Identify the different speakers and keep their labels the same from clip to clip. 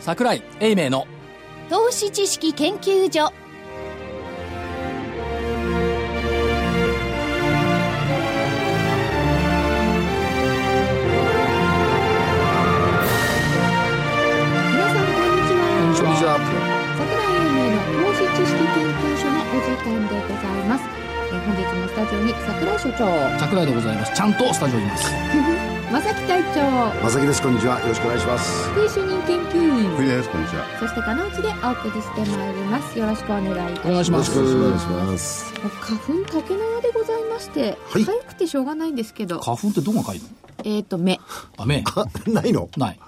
Speaker 1: 桜井英明の
Speaker 2: 投資知識研究所
Speaker 3: 皆さんこんにちは
Speaker 4: こんにちは
Speaker 3: 桜井英明の投資知識研究所のお時間でございますえー本日もスタジオに桜井所長
Speaker 1: 桜井でございますちゃんとスタジオにいます
Speaker 3: 正木隊長
Speaker 4: 正木ですこんにちはよろしくお願いします
Speaker 3: 副主任研究員
Speaker 4: 冬ですこんにちは
Speaker 3: そして金内でお送りしてまいりますよろしくお願いいたし
Speaker 1: お願いし
Speaker 4: よ
Speaker 1: ま
Speaker 4: ろし
Speaker 1: す
Speaker 4: くお願いします
Speaker 3: ます花粉竹縄でございまして、
Speaker 4: はい
Speaker 3: 早くてしょうがないんですけど
Speaker 1: 花粉ってどこが書いてんの
Speaker 3: えっ、と目いい
Speaker 1: あめ
Speaker 4: あないの
Speaker 1: ない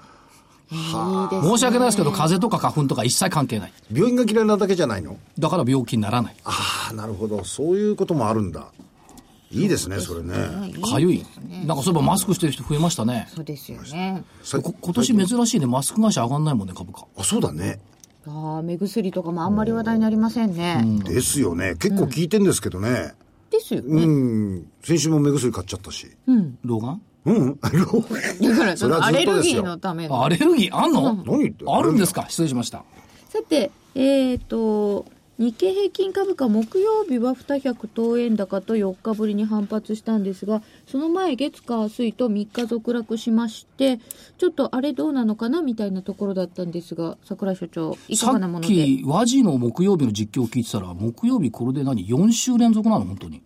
Speaker 3: ですね
Speaker 1: 申し訳ないですけど風邪とか花粉とか一切関係ない
Speaker 4: 病院が嫌いなだけじゃないの
Speaker 1: だから病気にならない
Speaker 4: ああなるほどそういうこともあるんだいいですねそれね
Speaker 1: かゆいなんかそういえばマスクしてる人増えましたね
Speaker 3: そうですよね
Speaker 4: さ
Speaker 1: こ今年珍しいねマスク会社上がんないもんね株価
Speaker 4: あそうだね
Speaker 3: あー目薬とかもあんまり話題になりませんね、
Speaker 4: ですよね結構効いてんですけどね
Speaker 3: ですよね、
Speaker 4: うん先週も目薬買っちゃったし
Speaker 1: 老眼
Speaker 4: うん あの
Speaker 3: だからそ
Speaker 4: それ
Speaker 3: の
Speaker 4: は
Speaker 3: ア
Speaker 4: ずっ
Speaker 3: レ
Speaker 4: と
Speaker 3: ル
Speaker 4: です
Speaker 3: ギ
Speaker 4: よ
Speaker 3: ーのための
Speaker 1: アレルギーあんの
Speaker 4: 何言って
Speaker 1: あるんですか失礼しました
Speaker 3: さてえっ、と日経平均株価木曜日は200等円高と4日ぶりに反発したんですがその前月火水と3日続落しましてちょっとあれどうなのかなみたいなところだったんですが桜井所長いか
Speaker 1: さ
Speaker 3: がなも
Speaker 1: っ
Speaker 3: ので
Speaker 1: き和ジの木曜日の実況を聞いてたら木曜日これで何4週連続なの本当に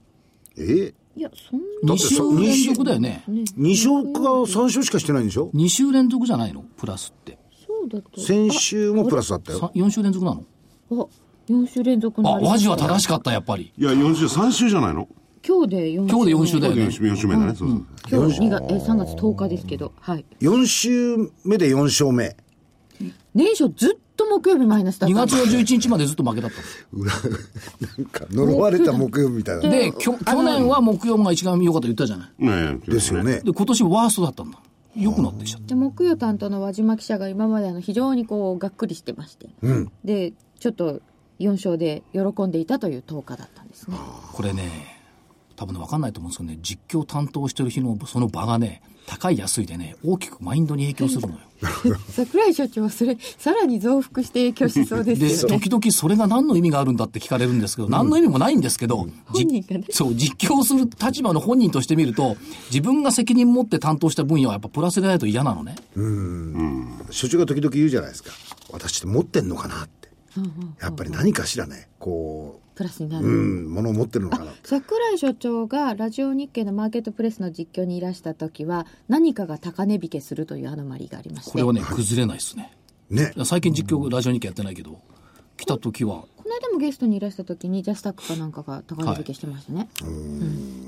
Speaker 4: え
Speaker 3: いやそんな
Speaker 1: 2
Speaker 4: て
Speaker 1: 週
Speaker 4: そ
Speaker 1: 連続だよね
Speaker 3: ね
Speaker 4: 二勝か三勝しかしてないんでしょ
Speaker 1: 2週連続じゃないのプラスって
Speaker 3: そうだと
Speaker 4: 先週もプラスだったよ
Speaker 1: 4週連続なの
Speaker 3: あ4週連続
Speaker 1: あ
Speaker 3: の
Speaker 1: 和ジは正
Speaker 3: し
Speaker 1: しかったやっぱり
Speaker 5: いや、4週、3週じゃないの
Speaker 3: 今日で4週
Speaker 1: 今日で4週だよね
Speaker 5: 4週四週目だね、そうそう。
Speaker 3: 今日2月え3月10日ですけどはい
Speaker 4: 4週目で4勝目
Speaker 3: 年初ずっと木曜日マイナスだっ
Speaker 1: 2
Speaker 3: たん
Speaker 1: 月
Speaker 3: です
Speaker 1: の11日までずっと負けだった
Speaker 4: なんか呪われた木曜日みたい な
Speaker 1: のできょ去年は木曜が一番良かった言ったじゃない
Speaker 5: ねえ
Speaker 4: ですよ。ね
Speaker 1: で今年ワーストだったんだ良くなってきちゃった
Speaker 3: で木曜担当の和島記者が今まであの非常にこうがっくりしてまして、でちょっと4勝で喜んでいたという10日だったんですね
Speaker 1: これね多分ね分かんないと思うんですけどね実況担当してる日のその場がね高い安いでね大きくマインドに影響するのよ
Speaker 3: 桜井所長はそれさらに増幅して影響しそうで
Speaker 1: です
Speaker 3: よね
Speaker 1: 時々それが何の意味があるんだって聞かれるんですけど、何の意味もないんですけど、じ
Speaker 3: 本人がね
Speaker 1: そう、実況する立場の本人として見ると、自分が責任持って担当した分野はやっぱプラスでないと嫌なのね。
Speaker 4: 所長が時々言うじゃないですか私って持ってんのかなってやっぱり何かしらねこ
Speaker 3: プラスにな
Speaker 4: うう
Speaker 3: る、
Speaker 4: んものを持ってるのかなって
Speaker 3: 桜井所長がラジオ日経のマーケットプレスの実況にいらした時は何かが高値引けするというアノマリーがありまして
Speaker 1: これはね、崩れないですね。
Speaker 4: ね
Speaker 1: 最近実況、ラジオ日記やってないけど、来た時は、
Speaker 3: この間もゲストにいらした時にジャスタックかなんかが高値引けしてましたね、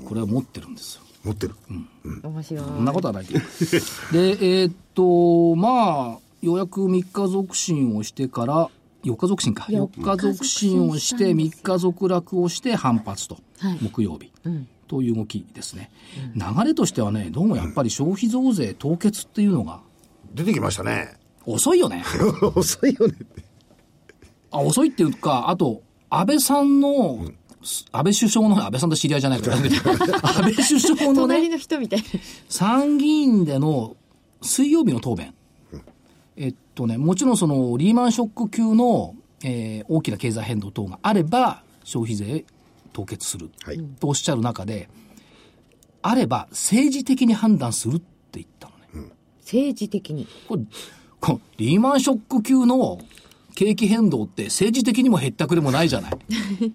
Speaker 1: これは持ってるんですよ。
Speaker 4: 持ってる
Speaker 3: 面白い
Speaker 1: そんなことは ないけど。で、えーっと、まあ、ようやく3日続進をしてから、4日続進か。
Speaker 3: 四
Speaker 1: 4
Speaker 3: 日
Speaker 1: 日続進をして、3日続落をして反発と、
Speaker 3: はい
Speaker 1: 木曜日。という動きですね、流れとしてはね、どうもやっぱり消費増税凍結っていうのが
Speaker 4: 出てきました ね
Speaker 1: 遅いよね。
Speaker 4: 遅いよねって
Speaker 1: あ遅いっていうか、あと、安倍さんの、す安倍首相の、安倍さんと知り合いじゃないから、安倍首相のね
Speaker 3: 隣、の人みたいな
Speaker 1: 参議院での水曜日の答弁、えっとね、もちろんそのリーマンショック級の、えー大きな経済変動等があれば、消費税凍結する
Speaker 4: はい
Speaker 1: とおっしゃる中で、あれば政治的に判断するって言ったのね。
Speaker 3: 政治的に
Speaker 1: これこうリーマンショック級の景気変動って政治的にもへったくれもないじゃない。
Speaker 5: だか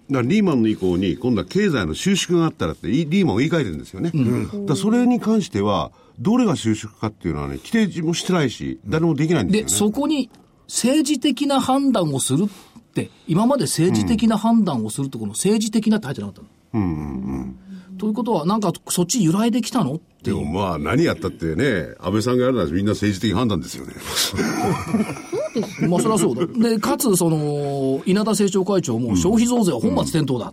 Speaker 5: らリーマンの以降に、今度は経済の収縮があったらって、リリーマンを言い換えてるんですよね。だからそれに関しては、どれが収縮かっていうのはね、規定もしてないし、誰もできないん
Speaker 1: で、
Speaker 5: ですよ
Speaker 1: そ
Speaker 5: ね。
Speaker 1: こに政治的な判断をするって、今まで政治的な判断をするとこの政治的なって入ってなかったの。ということは、なんかそっち由来できたのって
Speaker 5: でもまあ、何やったってね、安倍さんがやるならみんな政治的判断ですよね。
Speaker 1: まあそりゃそうだ。で、かつ、その、稲田政調会長も消費増税は本末転倒だ。っ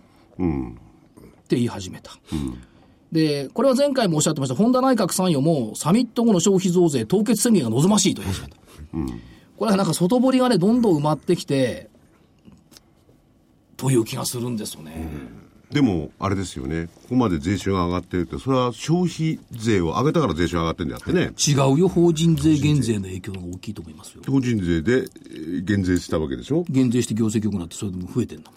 Speaker 1: て言い始めた。で、これは前回もおっしゃってました、本田内閣参与もサミット後の消費増税凍結宣言が望ましいと言い始めた。これはなんか外堀がね、どんどん埋まってきて、という気がするんですよね。
Speaker 5: でも、あれですよね。ここまで税収が上がってるって、それは消費税を上げたから税収が上がってるんであってね。
Speaker 1: 違うよ、法人税減税の影響の方が大きいと思いますよ。
Speaker 5: 法人税でえー減税したわけでしょ
Speaker 1: 減税して業績良くなって、それでも増えてんだもん。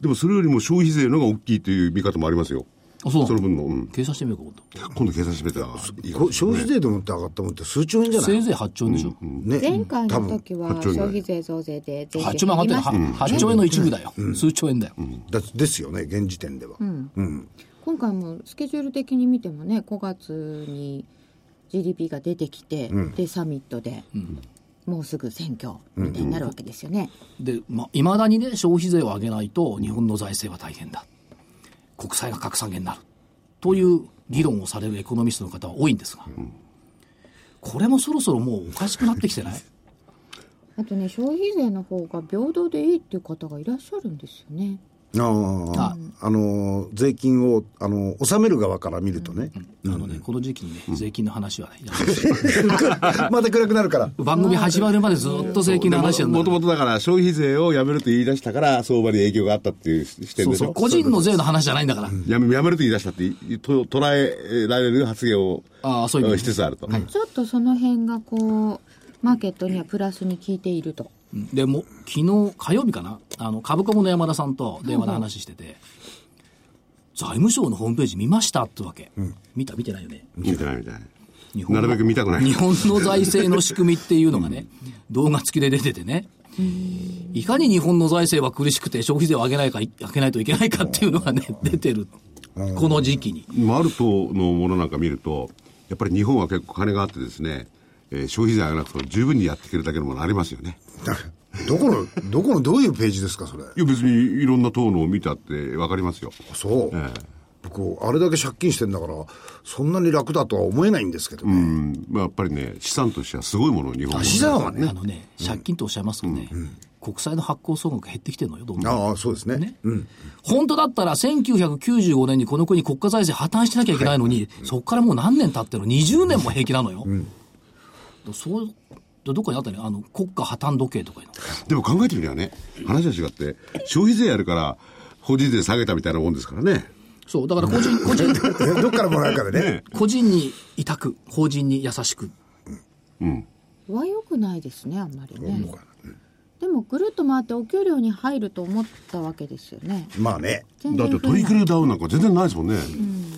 Speaker 5: でもそれよりも消費税の方が大きいという見方もありますよ。
Speaker 1: あ、そうな
Speaker 5: その
Speaker 1: の
Speaker 5: 分の、うん。
Speaker 1: 計算してみようか、今度
Speaker 5: 今度計算してみたら、いいかもしれ
Speaker 4: 消
Speaker 5: ない
Speaker 4: 費税でもって上がったもんって数兆円じゃな
Speaker 1: せい
Speaker 4: い
Speaker 1: ぜい8兆円でしょ。
Speaker 4: ね
Speaker 3: 前回
Speaker 4: 多
Speaker 3: の
Speaker 4: 分
Speaker 3: 時は消費税増税で税
Speaker 1: 8
Speaker 3: 金
Speaker 1: 兆円上
Speaker 3: 減り
Speaker 1: が
Speaker 3: ま
Speaker 1: っ
Speaker 3: してた
Speaker 1: る、は8兆円の一部だよ。数兆円だよ。
Speaker 4: だですよね現時点では、うん
Speaker 3: 今回もスケジュール的に見てもね5月に GDP が出てきて、でサミットで、もうすぐ選挙みたいになるわけですよね、
Speaker 1: で、まあ、まだにね、消費税を上げないと、日本の財政は大変だ。国債が格下げになる。という議論をされるエコノミストの方は多いんですが、これもそろそろもうおかしくなってきてない
Speaker 3: あとね消費税の方が平等でいいっていう方がいらっしゃるんですよね
Speaker 4: あああの税金をあの納める側から見るとね、
Speaker 1: あのね、この時期にね、税金の話はね、やめて
Speaker 4: また暗くなる から
Speaker 1: 番組始まるまでずっと税金の話やんな
Speaker 5: もともとだから消費税をやめると言い出したから相場に影響があったっていう視点
Speaker 1: そう
Speaker 5: でし
Speaker 1: そう、
Speaker 5: ょ
Speaker 1: 個人の税の話じゃないんだから。
Speaker 5: やめやめると言い出したっていと捉えられる発言を
Speaker 1: ああそういう意味
Speaker 5: んしつつあると、
Speaker 3: ちょっとその辺がこうマーケットにはプラスに効いていると
Speaker 1: うんでも、昨日、火曜日かな、あの、株コムの山田さんと電話で話してて、財務省のホームページ見ましたってわけ。見た見てないよね。
Speaker 5: 見てないみたい
Speaker 1: 日本
Speaker 5: な
Speaker 1: の
Speaker 5: るべく見たくない
Speaker 1: 日本の財政の仕組みっていうのがね、動画付きで出ててね、いかに日本の財政は苦しくて消費税を上げないか、い上げないといけないかっていうのがね、出てる。この時期に。
Speaker 5: マルトのものなんか見るとやっぱり日本は結構金があってですね、えー消費税上げなくても十分にやっていけるだけのものありますよね
Speaker 4: どこのどこのどういうページですかそれ
Speaker 5: いや別にいろんな党のを見たってわかりますよ
Speaker 4: そう、僕あれだけ借金してんだからそんなに楽だとは思えないんですけどね、
Speaker 5: うん、まあ、やっぱりね資産としてはすごいものを日本は
Speaker 4: あ資産はね
Speaker 1: あのね、借金とおっしゃいますけどね、国債の発行総額減ってきてるのよ、どんどん。
Speaker 4: ああそうですねうん
Speaker 1: 本当だったら1995年にこの国国家財政破綻してなきゃいけないのに、そこからもう何年経ってるの ?20 年も平気なのよ。そう、どこにあったね、あの、国家破綻時計とかいうの。
Speaker 5: でも考えてみればね話は違って消費税やるから法人税下げたみたいなもんですからね
Speaker 1: そう、だから個人、個人、
Speaker 4: えどっからもらうかでね
Speaker 1: 個人に委託、法人に優しく。
Speaker 3: は良くないですねあんまりねでもぐるっと回ってお給料に入ると思ったわけですよね
Speaker 4: まあね
Speaker 3: 全
Speaker 5: だっ
Speaker 3: 然
Speaker 5: て
Speaker 3: 増
Speaker 5: ト
Speaker 3: え
Speaker 5: リク
Speaker 3: ない
Speaker 5: ルダウンなんか全然ないですもんね、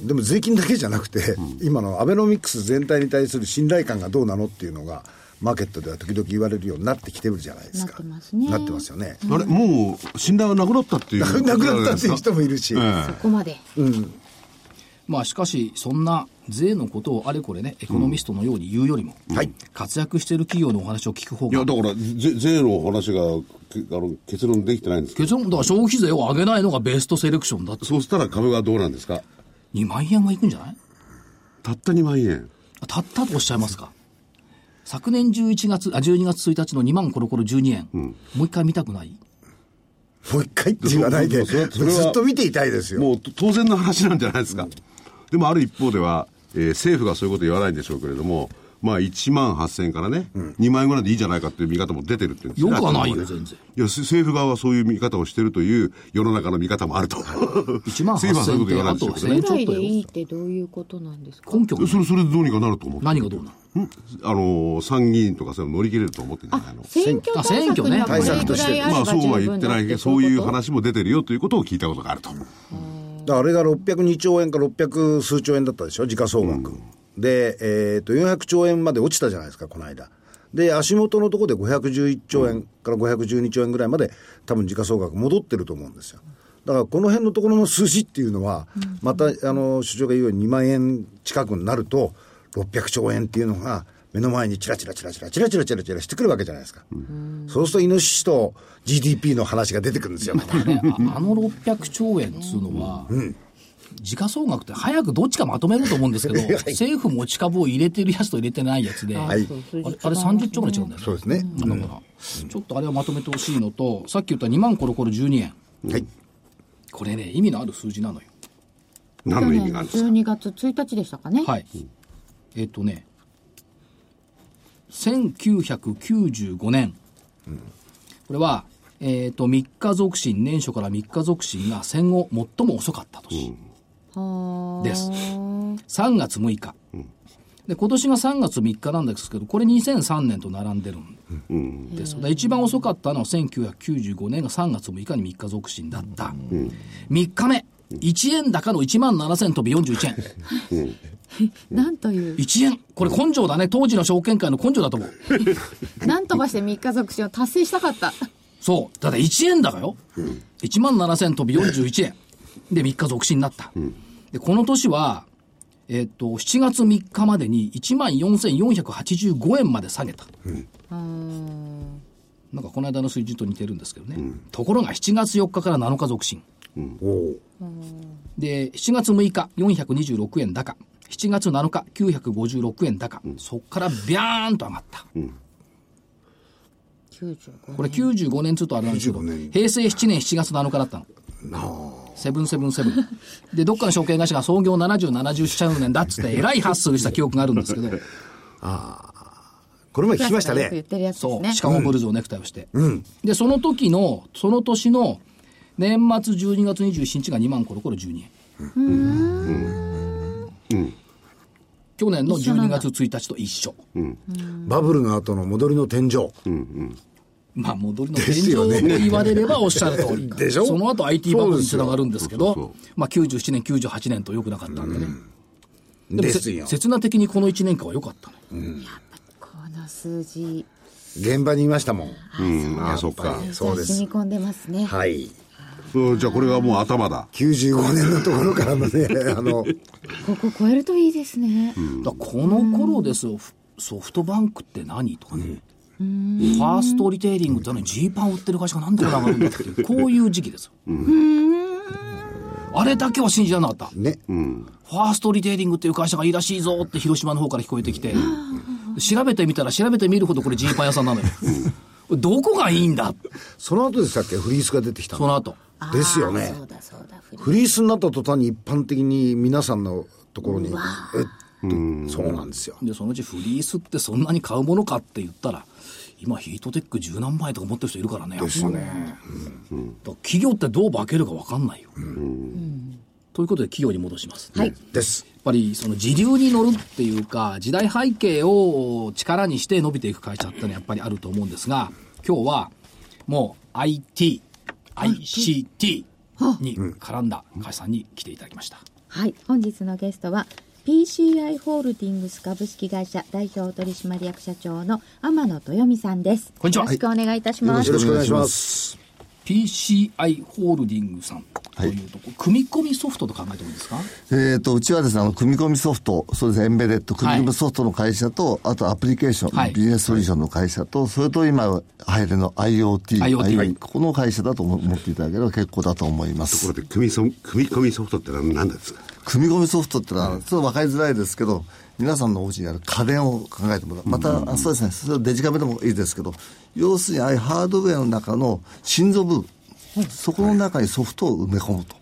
Speaker 4: でも税金だけじゃなくて、今のアベノミクス全体に対する信頼感がどうなのっていうのがマーケットでは時々言われるようになってきてるじゃないです
Speaker 3: な
Speaker 4: か
Speaker 3: ってますね
Speaker 4: なってますよね、
Speaker 5: あれもう信頼がなくなったっていう
Speaker 4: ななくなったっていう人もいるし、
Speaker 3: そこまで
Speaker 1: まあしかし、そんな税のことをあれこれね、エコノミストのように言うよりも、
Speaker 4: はい
Speaker 1: 活躍している企業のお話を聞く方
Speaker 5: いや
Speaker 1: が、
Speaker 5: だからぜ税の話がけあの結論できてないんですけど
Speaker 1: 結論、だから消費税を上げないのがベストセレクションだって、
Speaker 5: そうしたら株がどうなんですか
Speaker 1: 2万円はいくんじゃない
Speaker 5: たった2万円
Speaker 1: あたったとおっしゃいますか。昨年11月、あ、12月1日の2万コロコロ12円。もう一回見たくない
Speaker 4: もう一回って言わないで
Speaker 5: そうそうそうそれは
Speaker 4: ずっと見ていたいですよ
Speaker 5: もうと当然の話なんじゃないですかでもある一方では、えー政府がそういうこと言わないんでしょうけれどもまあ1万8000円からね、2万円ぐらいでいいじゃないかっていう見方も出てるって言うんです
Speaker 1: よ
Speaker 5: ね
Speaker 1: くはない
Speaker 5: あ
Speaker 1: よ、
Speaker 5: っちの方
Speaker 1: 全
Speaker 5: で
Speaker 1: 然。
Speaker 5: いやせ政府側はそういう見方をしてるという世の中の見方もあると
Speaker 1: 1万
Speaker 5: 政府はそうい
Speaker 1: 8000
Speaker 5: うこ
Speaker 1: 円
Speaker 5: と
Speaker 1: っ
Speaker 5: 言
Speaker 1: て、
Speaker 5: わない
Speaker 1: あ
Speaker 5: でし
Speaker 1: と
Speaker 5: ょう
Speaker 1: 1000円ちょっ
Speaker 3: ぐらい
Speaker 5: けどね
Speaker 1: と
Speaker 3: でいい
Speaker 1: よ。
Speaker 3: ってどういうことなんですか
Speaker 1: 根拠がない
Speaker 5: それそれでどうにかなると思って
Speaker 1: 何がどうなの
Speaker 5: あの参議院とかそういうの乗り切れると思ってんじゃないの
Speaker 3: 選挙対策にはこれ
Speaker 1: あ選挙ね
Speaker 3: ぐらいあれ
Speaker 5: ま
Speaker 3: ば
Speaker 5: あ
Speaker 3: 十
Speaker 5: そうは言っ
Speaker 3: 分
Speaker 5: て
Speaker 3: だ
Speaker 5: な
Speaker 3: っ
Speaker 5: いけ
Speaker 3: て
Speaker 5: どそういう
Speaker 3: こと
Speaker 5: 話も出てるよということを聞いたことがあると
Speaker 4: だからあれが602兆円か600数兆円だったでしょ、時価総額。で、えっと400兆円まで落ちたじゃないですか、この間。で、足元のところで511兆円から512兆円ぐらいまで、多分時価総額戻ってると思うんですよ。だからこの辺のところの数字っていうのは、また、あの、首長が言うように2万円近くになると、600兆円っていうのが、目の前にチラチラチラチラチラチラチラチラしてくるわけじゃないですか。そうすると、イノシシと GDP の話が出てくるんですよ、また。
Speaker 1: ねああの600兆円っつうのは、時価総額って早くどっちかまとめると思うんです けど、政府持ち株を入れてるやつと入れてないやつで、
Speaker 4: い
Speaker 3: そう
Speaker 1: あれあ
Speaker 3: 数字
Speaker 1: れ30兆ぐらい違うんだよね。
Speaker 4: そうですね。
Speaker 1: だから、ちょっとあれはまとめてほしいのと、さっき言った2万コロコロ12円。
Speaker 4: はい。
Speaker 1: これね、意味のある数字なのよ。
Speaker 5: 何の意味があるんで
Speaker 3: 去
Speaker 5: すか
Speaker 3: 年12月1日でしたかね
Speaker 1: はい。えっ、とね、1995年。これは、えっ、と、3日続進、年初から3日続進が戦後最も遅かった年。
Speaker 3: はあ
Speaker 1: です3月6日。で、今年が3月3日なんですけど、これ2003年と並んでるんです。で一番遅かったのは1995年が3月6日に3日続進だった。3日目、1円高の1万7000飛び41円。
Speaker 3: なんという
Speaker 1: 1円。これ根性だね。当時の証券会の根性だと思う。
Speaker 3: なんとかして3日続進を達成したかった
Speaker 1: そう。だって1円高よ。1万7000飛び41円。で、3日続進になった。で、この年は、えっと、7月3日までに1万4485円まで下げた。なんかこの間の水準と似てるんですけどね。ところが7月4日から7日続進。
Speaker 4: おお
Speaker 1: で、7月6日、426円高。7月7日、956円高。そっからビャーンと上がった。これ95年っつうとあれなんですけど、
Speaker 4: 95年
Speaker 1: 平成7年7月7日だったの。セブンセブンセブン。で、どっかの証券会社が創業70、70周年だっつって、えらいハッスルした記憶があるんですけど、
Speaker 4: これも聞きました
Speaker 3: よく言っ
Speaker 4: ね
Speaker 3: てるやつです
Speaker 1: そう、
Speaker 3: ね
Speaker 1: シカゴブルーズをネクタイをして。で、その時の、その年の、年末12月27日が2万コロコロ12円。去年の12月1日と一緒。
Speaker 4: バブルの後の戻りの天井
Speaker 1: まあ、戻りの
Speaker 4: で
Speaker 1: 天
Speaker 4: す
Speaker 1: 井
Speaker 4: よ
Speaker 1: と
Speaker 4: ね
Speaker 1: 言われればおっしゃる通り。
Speaker 4: でしょ
Speaker 1: その後 IT バブルにつながるんですけ
Speaker 5: そうです
Speaker 1: ど、まあ、97年、98年と良くなかったんでね。でも
Speaker 4: で
Speaker 1: せ
Speaker 4: すよ
Speaker 1: 刹那的にこの1年間は良かったの。
Speaker 3: この数字
Speaker 4: 現場にいましたもん
Speaker 5: うん、ああ、そっか。
Speaker 4: そうで
Speaker 3: 染
Speaker 4: す
Speaker 3: み込んでますね
Speaker 4: はい
Speaker 5: うんじゃあこれがもう頭だ。
Speaker 4: 95年のところからの ねあの
Speaker 3: ここ超えるといいですね、
Speaker 1: だからこの頃ですよ、ふソフトバンクって何とかね。ファーストリテイリングってあのにジーパン売ってる会社がなんでこんな上がるんだっていう、こういう時期ですよ。あれだけは信じられなかった。
Speaker 4: ね
Speaker 1: ファーストリテイリングっていう会社がいいらしいぞって広島の方から聞こえてきて、調べてみたら調べてみるほどこれジーパン屋さんなのよ。どこがいいんだ
Speaker 4: その後でしたっけフリースが出てきた
Speaker 1: そ
Speaker 4: の
Speaker 1: の後。
Speaker 4: ですよね
Speaker 3: そうだそうだフリ
Speaker 4: フリースになった途端に一般的に皆さんのところにえってそうなんですよ
Speaker 1: で、そのうちフリースってそんなに買うものかって言ったら、今ヒートテック十何倍とか持ってる人いるからね。ですね。だから企業ってどう化けるか分かんないよ。ということで企業に戻します。やっ
Speaker 4: です
Speaker 1: ぱりその時流に乗るっていうか、時代背景を力にして伸びていく会社ってのはやっぱりあると思うんですが、今日はもう IT、ICT に絡んだ会社さんに来ていただきました。
Speaker 3: はい、本日のゲストは PCI ホールディングス株式会社代表取締役社長の天野豊美さんです。
Speaker 1: こんにちは
Speaker 3: よろしくお願いいたしま
Speaker 4: よ
Speaker 3: す。
Speaker 4: ろしくお願いします
Speaker 1: PCI ホールディングさんというとこ、組み込みソフトと考えてもいいですか
Speaker 6: えー、とうちはですねあの組み込みソフトそうですエンベデッド組み込みソフトの会社と、あとアプリケーション、
Speaker 1: はい
Speaker 6: ビジネスソリューションの会社とそれと今入るの IoT,
Speaker 1: IoT はい
Speaker 6: ここの会社だと思思っていただければ結構だと思いま
Speaker 5: とこ
Speaker 6: す
Speaker 5: ろで組みそ組み込みソフトって何なんですか
Speaker 6: 組み込みソフトってのはちょっと分かりづらいですけど皆さんのお家にある家電を考えてもらうまた、あそうですねそれはデジカメでもいいですけど要するにああいうハードウェアの中の心臓部分そこの中にソフトを埋め込むと。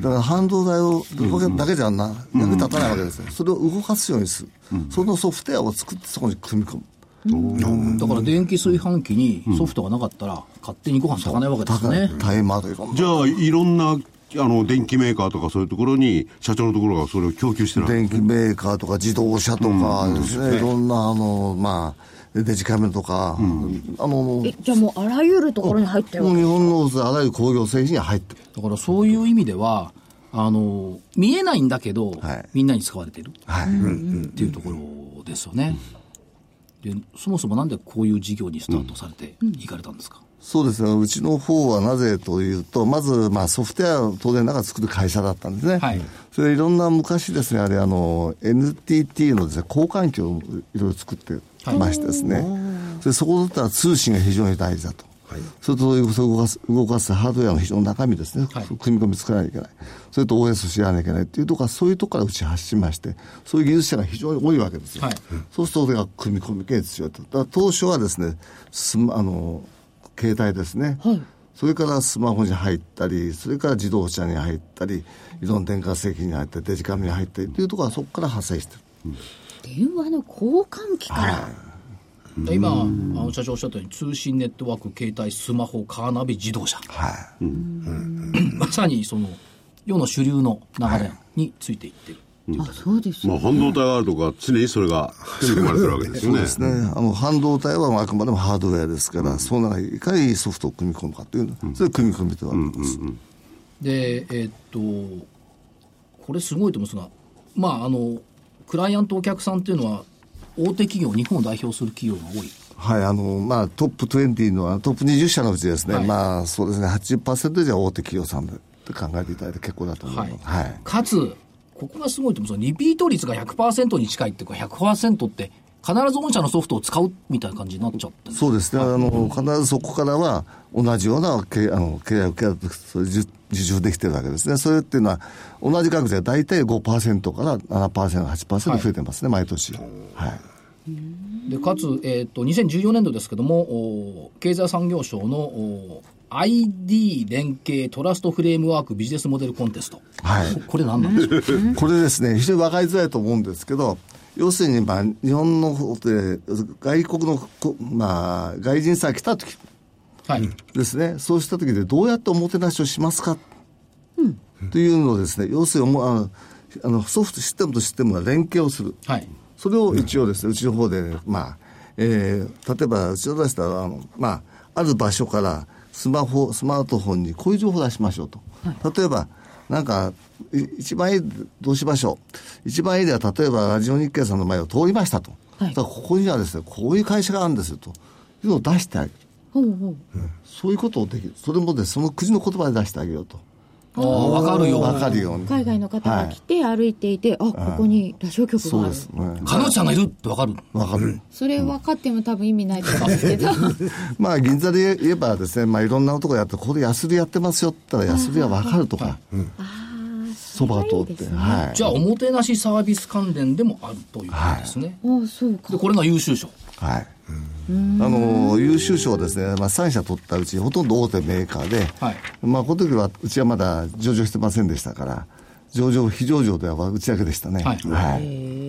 Speaker 6: だから半導体をこれだけじゃな役に立たないわけですね、それを動かすようにする、そのソフトウェアを作ってそこに組み込む、
Speaker 1: だから電気炊飯器にソフトがなかったら勝手にご飯炊かないわけですよね。
Speaker 6: タイマーというか
Speaker 5: じゃあいろんなあの電機メーカーとかそういうところに社長のところがそれを供給してるわけ
Speaker 6: 電機メーカーとか自動車とかですね、いろんなあの、まあ、デジカメとか、あの
Speaker 3: えじゃあもうあらゆるところに入ってる
Speaker 6: もう日本のあらゆる工業製品に入ってる。
Speaker 1: だからそういう意味では、あの、見えないんだけど、
Speaker 6: はい
Speaker 1: みんなに使われてる
Speaker 6: はい。
Speaker 1: っていうところですよね。で、そもそもなんでこういう事業にスタートされていかれたんですか、
Speaker 6: そうですね。うちの方はなぜというと、まず、まあ、ソフトウェアを当然中作る会社だったんですね。
Speaker 1: はい
Speaker 6: それでいろんな昔ですね、あれ、あの、NTT のですね、交換機をいろいろ作ってましてですね。それそこだったら通信が非常に大事だと。それとそれを動かす動かすハードウェアの非常に中身ですね、
Speaker 1: はい
Speaker 6: 組み込み作らなきゃいけない、それと OS を知らなきゃいけないっていうところそういうところからうち発しまして、そういう技術者が非常に多いわけですよ、
Speaker 1: はい
Speaker 6: そうするとそれが組み込み系必要と、だから当初はですねスマあの携帯ですね、それからスマホに入ったり、それから自動車に入ったり、いろんな電化製品に入ったり、デジカメに入ったりというところはそこから派生してる。
Speaker 3: 電話の交換機から、
Speaker 1: で今あの社長おっしゃったように通信ネットワーク携帯スマホカーナビ自動車
Speaker 6: はい。
Speaker 1: まさにその世の主流の流れについていってる、
Speaker 3: あそうです
Speaker 5: まあ、半導体があるとか、常にそれが組み込まれてるわけですよね。
Speaker 6: ね、あの半導体はあくまでもハードウェアですから、その中にいかにソフトを組み込むかという、それを組み込みてはあります。
Speaker 1: でえーっとこれすごいと思うんですがまああのクライアントお客さんっていうのは大手企業日本を代表する企業が多い
Speaker 6: はい、あの、まあ、トップ20の、あのトップ20社のうちですね、
Speaker 1: はい
Speaker 6: まあ、そうですね、80%以上は大手企業さんでって考えていただいて結構だと思います。はい。
Speaker 1: かつ、ここがすごいと思うんですよ。リピート率が100%に近いっていうか、100%って、必ず御社のソフトを使うみたいな感じになっちゃってる
Speaker 6: そうですね、あの、必ずそこからは、同じような契あの契約を受けそれ受受注できてるわけですね。それっていうのは、同じ額で大体5%から7%、8%増えてますね、毎年。はい。
Speaker 1: で、かつ、えっ、と、2014年度ですけども、おー経済産業省の、おー ID 連携トラストフレームワークビジネスモデルコンテスト。
Speaker 6: はい
Speaker 1: ここれ何なんでし ょう
Speaker 6: これですね、非常に分かりづらいと思うんですけど、要するに、まあ、日本の方で、外国のこ、まあ、外人さんが来た時
Speaker 1: はい。
Speaker 6: ですね、そうした時でどうやっておもてなしをしますか、というのをですね、要するにおもあのあの、ソフトシステムとシステムが連携をする。
Speaker 1: はい。
Speaker 6: それを一応ですね、うちの方で、まあ、えー例えば、うちの出したら、あの、まあ、ある場所から、スマホ、スマートフォンにこういう情報を出しましょうと。例えば、なんか、い一番いい、どうしましょう。一番いいでは、例えば、ラジオ日経さんの前を通りましたと。
Speaker 3: はい
Speaker 6: だからここにはですね、こういう会社があるんですよと。いうのを出してあげる。
Speaker 3: ほうほう
Speaker 6: そういうことをできる。それもで、その国の言葉で出してあげようと。
Speaker 1: あーわかるよ。
Speaker 6: わかるように。
Speaker 3: 海外の方が来て歩いていて、あここにラジオ局
Speaker 6: そ
Speaker 3: があ
Speaker 6: うで
Speaker 3: る
Speaker 6: すね。
Speaker 1: 彼女ちゃんがいるってわかる。
Speaker 6: わかる。
Speaker 3: それ分かっても多分意味ないと思うんですけど
Speaker 6: まあ銀座で言えばですね、まあ、いろんな男やってここでヤスリやってますよって言ったらヤスリは分かるとか、そば通ってはい
Speaker 1: じゃあ、おもてなしサービス関連でもあるということですね。
Speaker 3: あそうか
Speaker 1: で、これが優秀賞。
Speaker 6: はいあの優秀賞をですね、まあ、3社取ったうちほとんど大手メーカーで、
Speaker 1: はい
Speaker 6: まあ、この時はうちはまだ上場してませんでしたから上場非上場ではうちだけでしたね
Speaker 1: はい
Speaker 6: はい、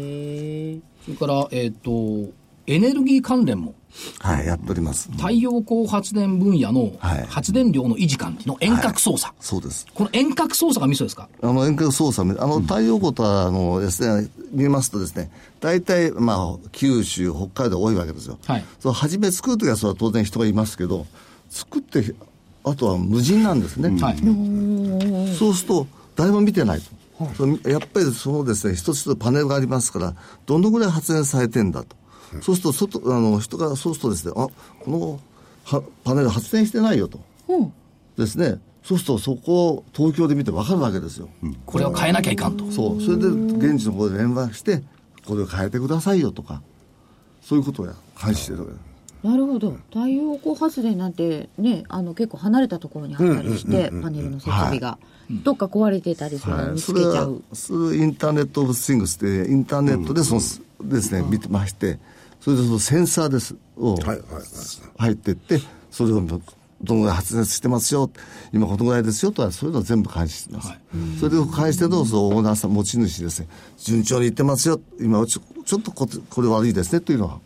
Speaker 1: それから、えっ、と、エネルギー関連も
Speaker 6: はいやっております
Speaker 1: 太陽光発電分野の
Speaker 6: はい
Speaker 1: 発電量の維持管理の遠隔操作、
Speaker 6: そうです
Speaker 1: この遠隔操作がミソですか
Speaker 6: あの遠隔操作み、あの太陽光とはあのです、ね、見ますとですね、大体、まあ、九州、北海道多いわけですよ。
Speaker 1: はい
Speaker 6: そう初め作るときはそれは当然人がいますけど、作って、あとは無人なんですね。
Speaker 1: はい
Speaker 6: そうすると、誰も見てないと。そうやっぱりそのですね、一つ一つパネルがありますから、どのぐらい発電されてんだと。そうすると、外、あの、人が、そうするとですね、あ、このはパネル発電してないよと。ですね。そうすると、そこを東京で見てわかるわけですよ。
Speaker 1: これを変えなきゃいかんと。
Speaker 6: そう、それで現地の方で連絡して、これを変えてくださいよとか、そういうことをや監視してるわけです。
Speaker 3: なるほど太陽光発電なんてねあの結構離れたところにあったりしてパネルの設備が、どっか壊れてたりするのを見つ
Speaker 6: そ
Speaker 3: け
Speaker 6: れ
Speaker 3: ちゃ
Speaker 6: は
Speaker 3: う、
Speaker 6: そういうインターネット・オブ・スイングスってインターネットでその、ですね見てましてそれでそのセンサーですを
Speaker 4: はいはいはい
Speaker 6: 入ってってそれをどのぐらい発熱してますよ今このぐらいですよとはそういうのを全部監視してます、それを監視してどうぞオーナーさん持ち主ですね順調にいってますよ今ちょちょっとここれ悪いですねというのは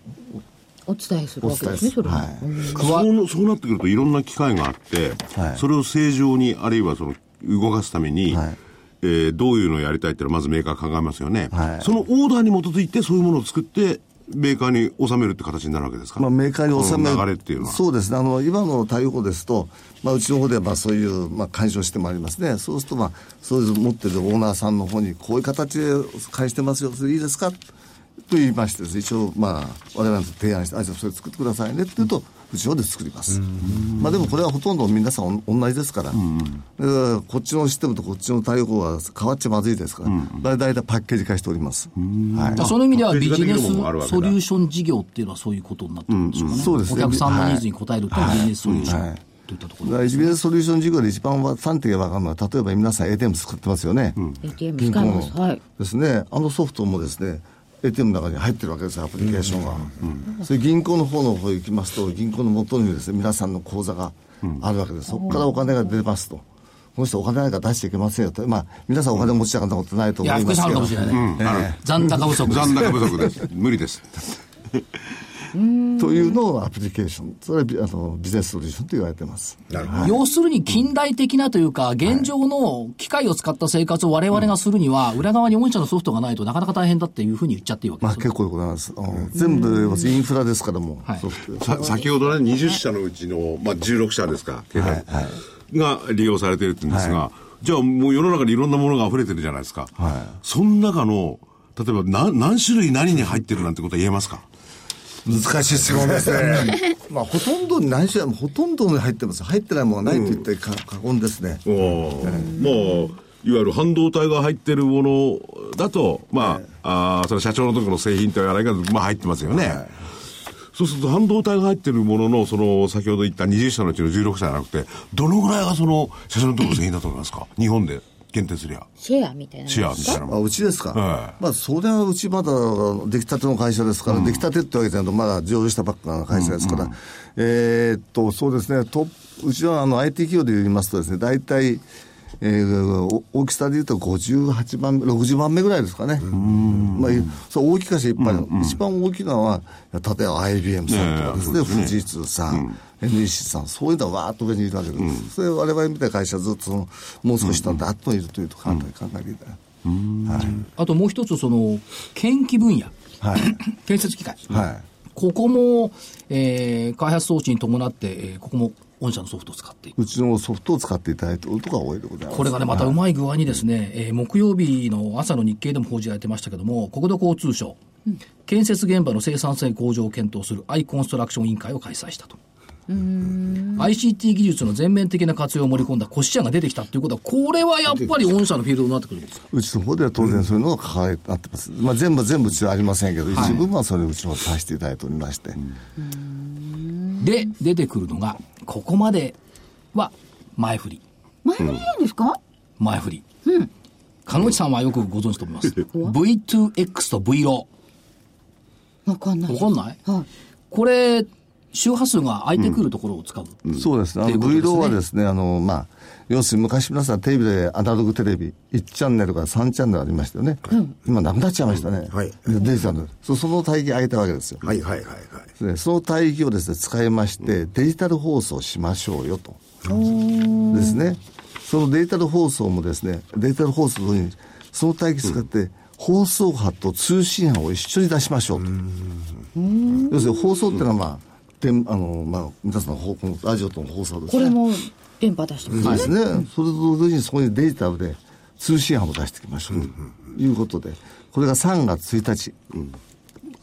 Speaker 3: お伝えする
Speaker 6: お
Speaker 3: わけで
Speaker 6: 伝え
Speaker 3: すね
Speaker 6: す
Speaker 3: そ
Speaker 6: る、
Speaker 3: れは、
Speaker 6: はい
Speaker 5: そうなそうなってくるといろんな機会があって、
Speaker 6: はい
Speaker 5: それを正常にあるいはその動かすために、
Speaker 6: はい
Speaker 5: えーどういうのをやりたいっていうのはまずメーカー考えますよね、
Speaker 6: はい
Speaker 5: そのオーダーに基づいてそういうものを作ってメーカーに納めるって形になるわけですか、
Speaker 6: まあ、メーカーに収め
Speaker 5: この流れっていうのは
Speaker 6: そうですね、あの今の対応ですと、まあ、うちの方ではまあそういう、まあ、干渉してもありますね、そうすると、まあ、そういう持ってるオーナーさんの方に、こういう形で返してますよ、それいいですかと言いましてです、一応、まあ、我々の提案して、あじゃあそれ作ってくださいねって言うと、うちの方で作ります。まあ、でもこれはほとんど皆さんお同じですから、だからこっちのシステムとこっちの対応は変わっちゃまずいですから、だいたいパッケージ化しております。はい
Speaker 1: その意味では
Speaker 5: パッケ
Speaker 1: ビ
Speaker 5: ージ
Speaker 1: ジ
Speaker 5: が
Speaker 1: ネ
Speaker 5: できる
Speaker 1: ス
Speaker 5: ものもあるわけだ
Speaker 1: ソリューション事業っていうのはそういうことになってるんでしょうかね。
Speaker 6: そうですね
Speaker 1: お客さんのニーズに応えるっていうビジネスソリューションといったところ。
Speaker 6: だからビジネスソリューション事業で一番は端的に分かるのは、例えば皆さん ATM 使ってますよね。
Speaker 3: ATM
Speaker 6: 銀行の
Speaker 3: 使いますはい
Speaker 6: ですね。あのソフトもですね、ATM の中に入ってるわけですよ、アプリケーションが。それ銀行の方の方へ行きますと、銀行の元にですね、皆さんの口座があるわけです。そこからお金が出ますと。この人お金なんか出していけませんよと。まあ、皆さんお金持ちなんなことないと
Speaker 1: い
Speaker 6: 思
Speaker 1: や、
Speaker 6: い
Speaker 1: 福
Speaker 6: ま
Speaker 1: 井さん
Speaker 6: す
Speaker 1: あ
Speaker 6: け
Speaker 1: るかも
Speaker 6: ど
Speaker 1: し。れないね。残高不足です
Speaker 5: 残高不足です無理です
Speaker 6: というのをアプリケーション、それはビあのビジネスソリューションと言われてます。
Speaker 4: なるほど。
Speaker 1: 要するに近代的なというか、現状の機械を使った生活を我々がするには、裏側に御社のソフトがないとなかなか大変だっていうふうに言っちゃっていいわけ
Speaker 6: ま
Speaker 1: で
Speaker 6: あ
Speaker 1: す
Speaker 6: 結構でございます。あの全部インフラですからもう、
Speaker 1: はい
Speaker 6: ソフトウェア
Speaker 5: さ先ほどね20社のうちの、まあ、16社ですか、携帯が利用されてるって言うんですが、じゃあもう世の中にいろんなものが溢れてるじゃないですか、その中の例えば何何種類何に入ってるなんてことは言えますか
Speaker 4: 難しい質問ですね。
Speaker 6: まあほとんどに何種類もほとんどに入ってます。入ってないものはないと言ってか過言ですね。
Speaker 5: おーまあいわゆる半導体が入ってるものだと、まあ、あーその社長のところの製品というあれが、まあ、入ってますよね、そうすると半導体が入ってるものの、その先ほど言った20社のうちの16社じゃなくて、どのぐらいがその社長のところの製品だと思いますか、日本で限定すりゃ、
Speaker 3: シェアみたいなの
Speaker 5: シェアみたいなも
Speaker 6: あ
Speaker 5: の。
Speaker 6: うちですか、
Speaker 5: は
Speaker 6: まあそれはうちまだ出来たての会社ですから、出来たてってわけじゃなくてまだ上場したばっかの会社ですから、えーっとそうですねとうちはあの IT 企業で言いますとですね大体、えーお大きさで言うと58番目60番目ぐらいですかね、まあ、そう大きい会社いっぱいある、一番大きいのは例えば IBM さんとかですね富士通さん、NEC さんそういうのはわーっと上にいるわけです、それ我々みたいな会社はずっとそのもう少し下であっといるというと考え考えていただいて
Speaker 1: あともう一つ、その、研機分野、
Speaker 6: はい。
Speaker 1: 建設機械。
Speaker 6: は
Speaker 1: ここも、えー開発装置に伴って、えーここも御社のソフトを使っていく。
Speaker 6: い。うちのソフトを使っていただいてることが多いでございます。
Speaker 1: これがね、またうまい具合にですね、えー木曜日の朝の日経でも報じられてましたけども、国土交通省、建設現場の生産性向上を検討するアイコンストラクション委員会を開催したと。ICT 技術の全面的な活用を盛り込んだ骨子案が出てきたということは、これはやっぱり御社のフィールドになってくるんですか
Speaker 6: うちの方では当然そういうのが関わり合ってます。まあ全部全部うちはありませんけど、一部はそれをうちもさせていただいておりまして。
Speaker 1: で、出てくるのが、ここまでは前振り、
Speaker 3: 前振りなんですか、
Speaker 1: 前振り。鹿野内さんはよくご存知と思います。V2X と V ロ
Speaker 3: わかんない
Speaker 1: わかんない
Speaker 3: はい
Speaker 1: これ、周波数が空いてくるところを使う。
Speaker 6: そうですね。あ
Speaker 1: ということ
Speaker 6: の、
Speaker 1: ですね
Speaker 6: V ローはですね、あの、まあ、要するに昔皆さんテレビでアナログテレビ1チャンネルから3チャンネルありましたよね。今なくなっちゃいましたね。
Speaker 4: はい
Speaker 6: でデジタルの。そその帯域空いたわけですよ。
Speaker 4: はいはいはいはい。
Speaker 6: でその帯域をですね、使いまして、デジタル放送しましょうよと。ですね。そのデジタル放送もですね、デジタル放送に、その帯域使って、放送波と通信波を一緒に出しましょうと。要するに放送っていうのは、まあ、電あの、まあ、皆さんの放このラジオとの放送です
Speaker 3: これも電波出してます、
Speaker 6: そうですね。それと同時にそこにデジタルで通信波も出してきましょうということで、これが3月1日、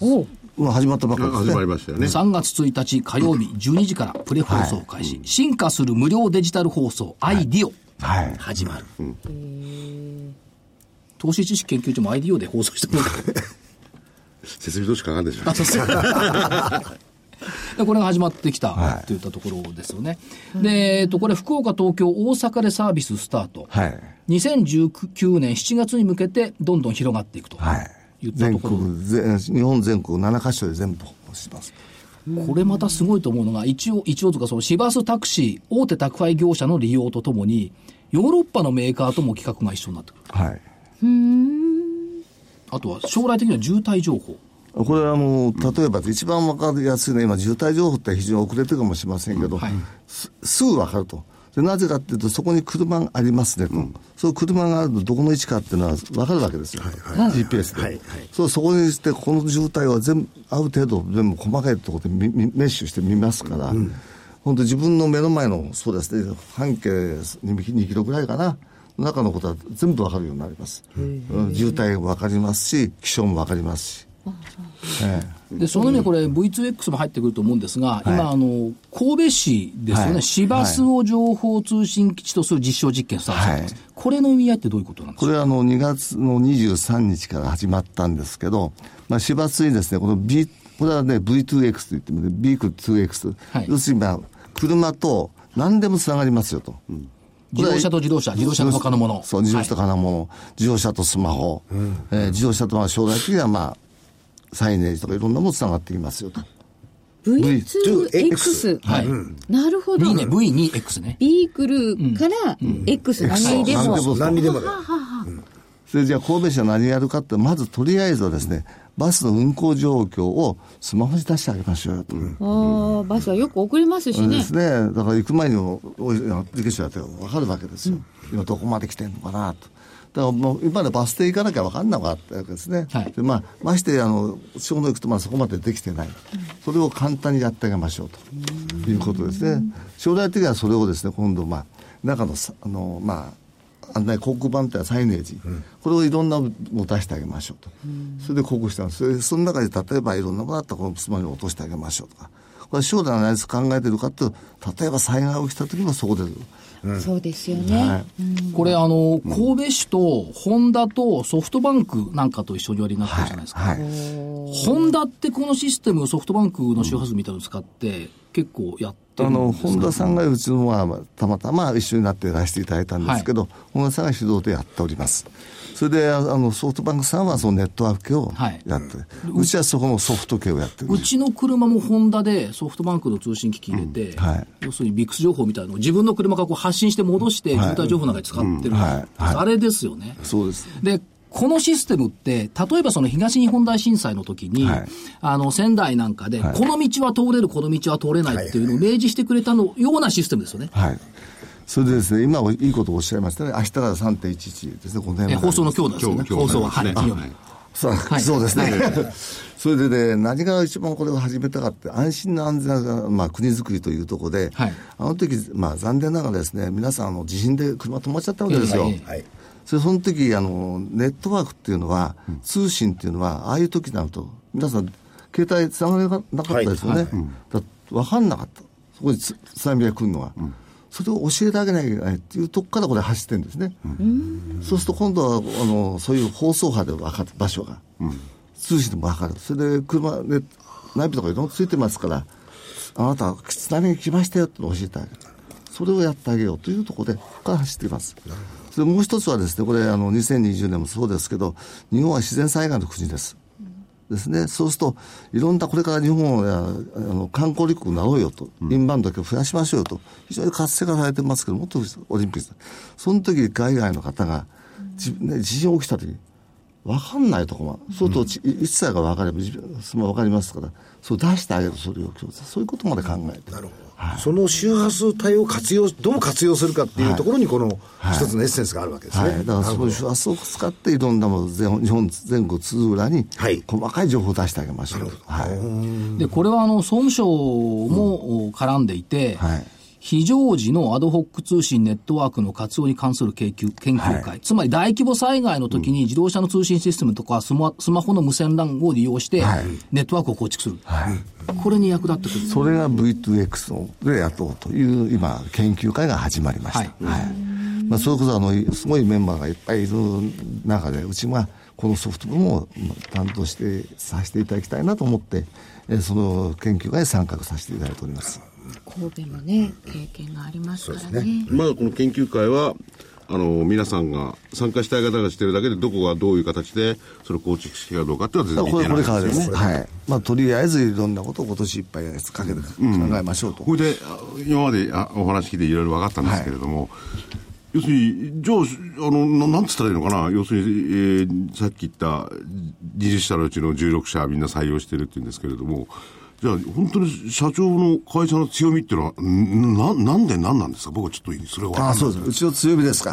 Speaker 3: おう
Speaker 6: まあ、始まったばっかりですね。
Speaker 5: 始まりましたよね。
Speaker 1: 3月1日火曜日12時からプレ放送開始、進化する無料デジタル放送、IDEO
Speaker 6: はい。
Speaker 1: 始まる、投資知識研究所も IDEO で放送してもら
Speaker 5: 設備投資かかんでしょ。
Speaker 1: うこれが始まってきたといったところですよね、で、えっと、これ福岡東京大阪でサービススタート、
Speaker 6: はい。
Speaker 1: 2019年7月に向けてどんどん広がっていくと、
Speaker 6: はい。
Speaker 1: 言ったと
Speaker 6: 全
Speaker 1: ころ
Speaker 6: 国ぜ、日本全国7カ所で全部します。
Speaker 1: これまたすごいと思うのが、一応、一応というか、その市バスタクシー、大手宅配業者の利用とともに、ヨーロッパのメーカーとも企画が一緒になってくる。
Speaker 6: はい。
Speaker 1: あとは将来的には渋滞情報。
Speaker 6: これはもう、例えば一番わかりやすいのは今、渋滞情報って非常に遅れてるかもしれませんけど、
Speaker 1: はい
Speaker 6: すすぐわかると。でなぜかっていうと、そこに車がありますねと。その車があると、どこの位置かっていうのはわかるわけですよ。GPS で。
Speaker 4: はいはい
Speaker 6: そうそこにして、この渋滞は全部、ある程度、全部細かいところでみみメッシュして見ますから、本当自分の目の前の、そうですね、半径2キ2キロぐらいかな。中のことは全部わかるようになります。うん渋滞もわかりますし、気象もわかりますし。ええ
Speaker 1: で、その上これ V2X も入ってくると思うんですが、今、あの、神戸市ですよね、
Speaker 6: はい
Speaker 1: 市バスを情報通信基地とする実証実験スタートしてます。
Speaker 6: はい
Speaker 1: これの意味合いってどういうことなんです
Speaker 6: こ
Speaker 1: か
Speaker 6: れはあの2月の23日から始まったんですけど、まあ、4月にですね、この B、これはね、V2X と言ってもね、ビーク 2X、
Speaker 1: はい
Speaker 6: 要するに、まあ、車と何でもつながりますよと。
Speaker 1: 自動車と自動車、自動車の他のもの。
Speaker 6: そう、自動車と金物、自動車とスマホ、えー自動車とまあ将来的には、まあ、サイネージとかいろんなものつながっていますよと。
Speaker 3: V2X、
Speaker 1: はい。
Speaker 3: なるほど
Speaker 1: V ね、V2X ね。
Speaker 3: ビークルから、X 何にでも、
Speaker 6: 何でも
Speaker 4: 何にでもだよ
Speaker 6: それじゃあ神戸市は何やるかって、まずとりあえずはですね、バスの運行状況をスマホに出してあげましょうよと。
Speaker 3: ああ、バスはよく遅れますし
Speaker 6: そうで
Speaker 3: ね
Speaker 6: す。ね。だから行く前にも、おいアプリケーションやって分かるわけですよ。今どこまで来てんのかなと。だからもう今までバス停行かなきゃ分かんなかったわけですね。
Speaker 1: はい
Speaker 6: でまあ、ましてあの小能力とまだそこまでできてない、それを簡単にやってあげましょうということですね。将来的にはそれをですね今度まあ中のさあのまあ案内広告板っていうのはサイネージ、これをいろんなものを出してあげましょうと、それで広告したんですでその中で例えばいろんなものだったらこのスマホに落としてあげましょうとかこれ将来の何です考えてるかっていうと例えば災害が起きた時もそこで、
Speaker 3: そうですよね。
Speaker 1: これあの、神戸市とホンダとソフトバンクなんかと一緒に割りになってるじゃないですか。
Speaker 6: はい、
Speaker 1: ホンダってこのシステム、ソフトバンクの周波数みたいなの使って、結構やってる
Speaker 6: あ
Speaker 1: んですか
Speaker 6: の本田さんがうちのはたまたま一緒になってやらせていただいたんですけど、本田さんが主導でやっておりますそれであのソフトバンクさんはそのネットワーク系を
Speaker 1: はい
Speaker 6: やって、うちはそこのソフト系をやってる
Speaker 1: うちの車もホンダでソフトバンクの通信機器入れて、
Speaker 6: はい
Speaker 1: 要するに VIX 情報みたいなのを自分の車からこう発信して戻して、渋滞情報なんかに使ってる、
Speaker 6: うんはいはい
Speaker 1: あれですよね。
Speaker 6: そうです
Speaker 1: でこのシステムって、例えばその東日本大震災の時に、
Speaker 6: はい
Speaker 1: あの仙台なんかで、この道は通れる、この道は通れないっていうのを明示してくれたのようなシステムですよね、
Speaker 6: はい。それでですね、今おいいことをおっしゃいましたね。明日から3.11ですね、5年
Speaker 1: え
Speaker 6: 前。
Speaker 1: 放送の今日なんですよ
Speaker 5: 今
Speaker 1: ね、
Speaker 5: 日、今
Speaker 1: 放
Speaker 5: 日
Speaker 1: 送は、
Speaker 5: な
Speaker 1: は
Speaker 5: ん
Speaker 1: い、
Speaker 5: です
Speaker 1: 金
Speaker 5: ね
Speaker 1: 曜日。
Speaker 6: そう
Speaker 1: はい
Speaker 6: そうですね。 それでね、何が一番これを始めたかって、安心な安全な、まあ、国づくりというところで、
Speaker 1: はい
Speaker 6: あの時、まあ、残念ながらですね、皆さん、あの、地震で車止まっちゃったわけですよ。
Speaker 1: いえいえ
Speaker 4: はい。
Speaker 6: それその時あのネットワークっていうのは、通信っていうのはああいう時になると皆さん携帯つながれなかったですよね、だ分かんなかったそこにつ津波が来るのは、それを教えてあげなきゃいけないっていうとこからこれ走ってるんですね、そうすると今度はあのそういう放送波で分かる場所が、通信でも分かるそれで車でナビとかいろいろついてますからあなた津波が来ましたよってのを教えてあげるそれをやってあげようというところでここから走っていますそれもう一つはですねこれあの2020年もそうですけど日本は自然災害の国です、ですね、そうすると、いろんなこれから日本はあの観光立国になろうよと、インバウンド客増やしましょうよと、非常に活性化されてますけど、もっとオリンピック、その時海外の方が、じね、地震起きた時分かんないとこも、そうするとち、いつだか分かれば、自分その分かりますから、そう出してあげる、それを強制、そういうことまで考えて。
Speaker 4: なるほどその周波数帯を活用、どう活用するかっていうところに、この一つのエッセンスがあるわけですね。
Speaker 6: はい、だからそういう足を使っていろんなもの全日本全国津々浦々に
Speaker 4: はい
Speaker 6: 細かい情報を出してあげましょう、はい、
Speaker 1: でこれはあの総務省も絡んでいて、
Speaker 6: はい
Speaker 1: 非常時のアドホック通信ネットワークの活用に関する研究研究会、
Speaker 6: は
Speaker 1: つまり大規模災害の時に自動車の通信システムとかスマスマホの無線 LAN を利用して
Speaker 6: はい、
Speaker 1: ネットワークを構築する、これに役立ってくる。
Speaker 6: それが V2X をでやろうという今研究会が始まりました、
Speaker 1: は
Speaker 6: はいいまあ、それこそあのすごいメンバーがいっぱいいる中でうちがこのソフト部門をまあ担当してさせていただきたいなと思ってえーその研究会に参画させていただいております
Speaker 3: 神戸もね、経験がありますからね。
Speaker 5: まだこの研究会は、あの、皆さんが、参加したい方がしてるだけで、どこがどういう形で、それを構築していくかどうかっていうのは全然
Speaker 6: こ
Speaker 5: 見
Speaker 6: れ
Speaker 5: て
Speaker 6: こ
Speaker 5: ない
Speaker 6: れ
Speaker 5: です
Speaker 6: か
Speaker 5: よ
Speaker 6: ら
Speaker 5: ね
Speaker 6: です、はいまあ、とりあえずいろんなことを今年いっぱいかけて考えましょうと、
Speaker 5: これであ今まであお話聞いていろいろ分かったんですけれども、要するに、じゃあ、あのななんつったらいいのかな、要するに、えーさっき言った20社のうちの16社、みんな採用してるって言うんですけれども、じゃあ、本当に社長の会社の強みっていうのは、んななんでなんなんですか、僕はちょっとそれは分かん
Speaker 6: あ
Speaker 5: な
Speaker 6: あ
Speaker 5: い
Speaker 6: そうですうちの強みですか、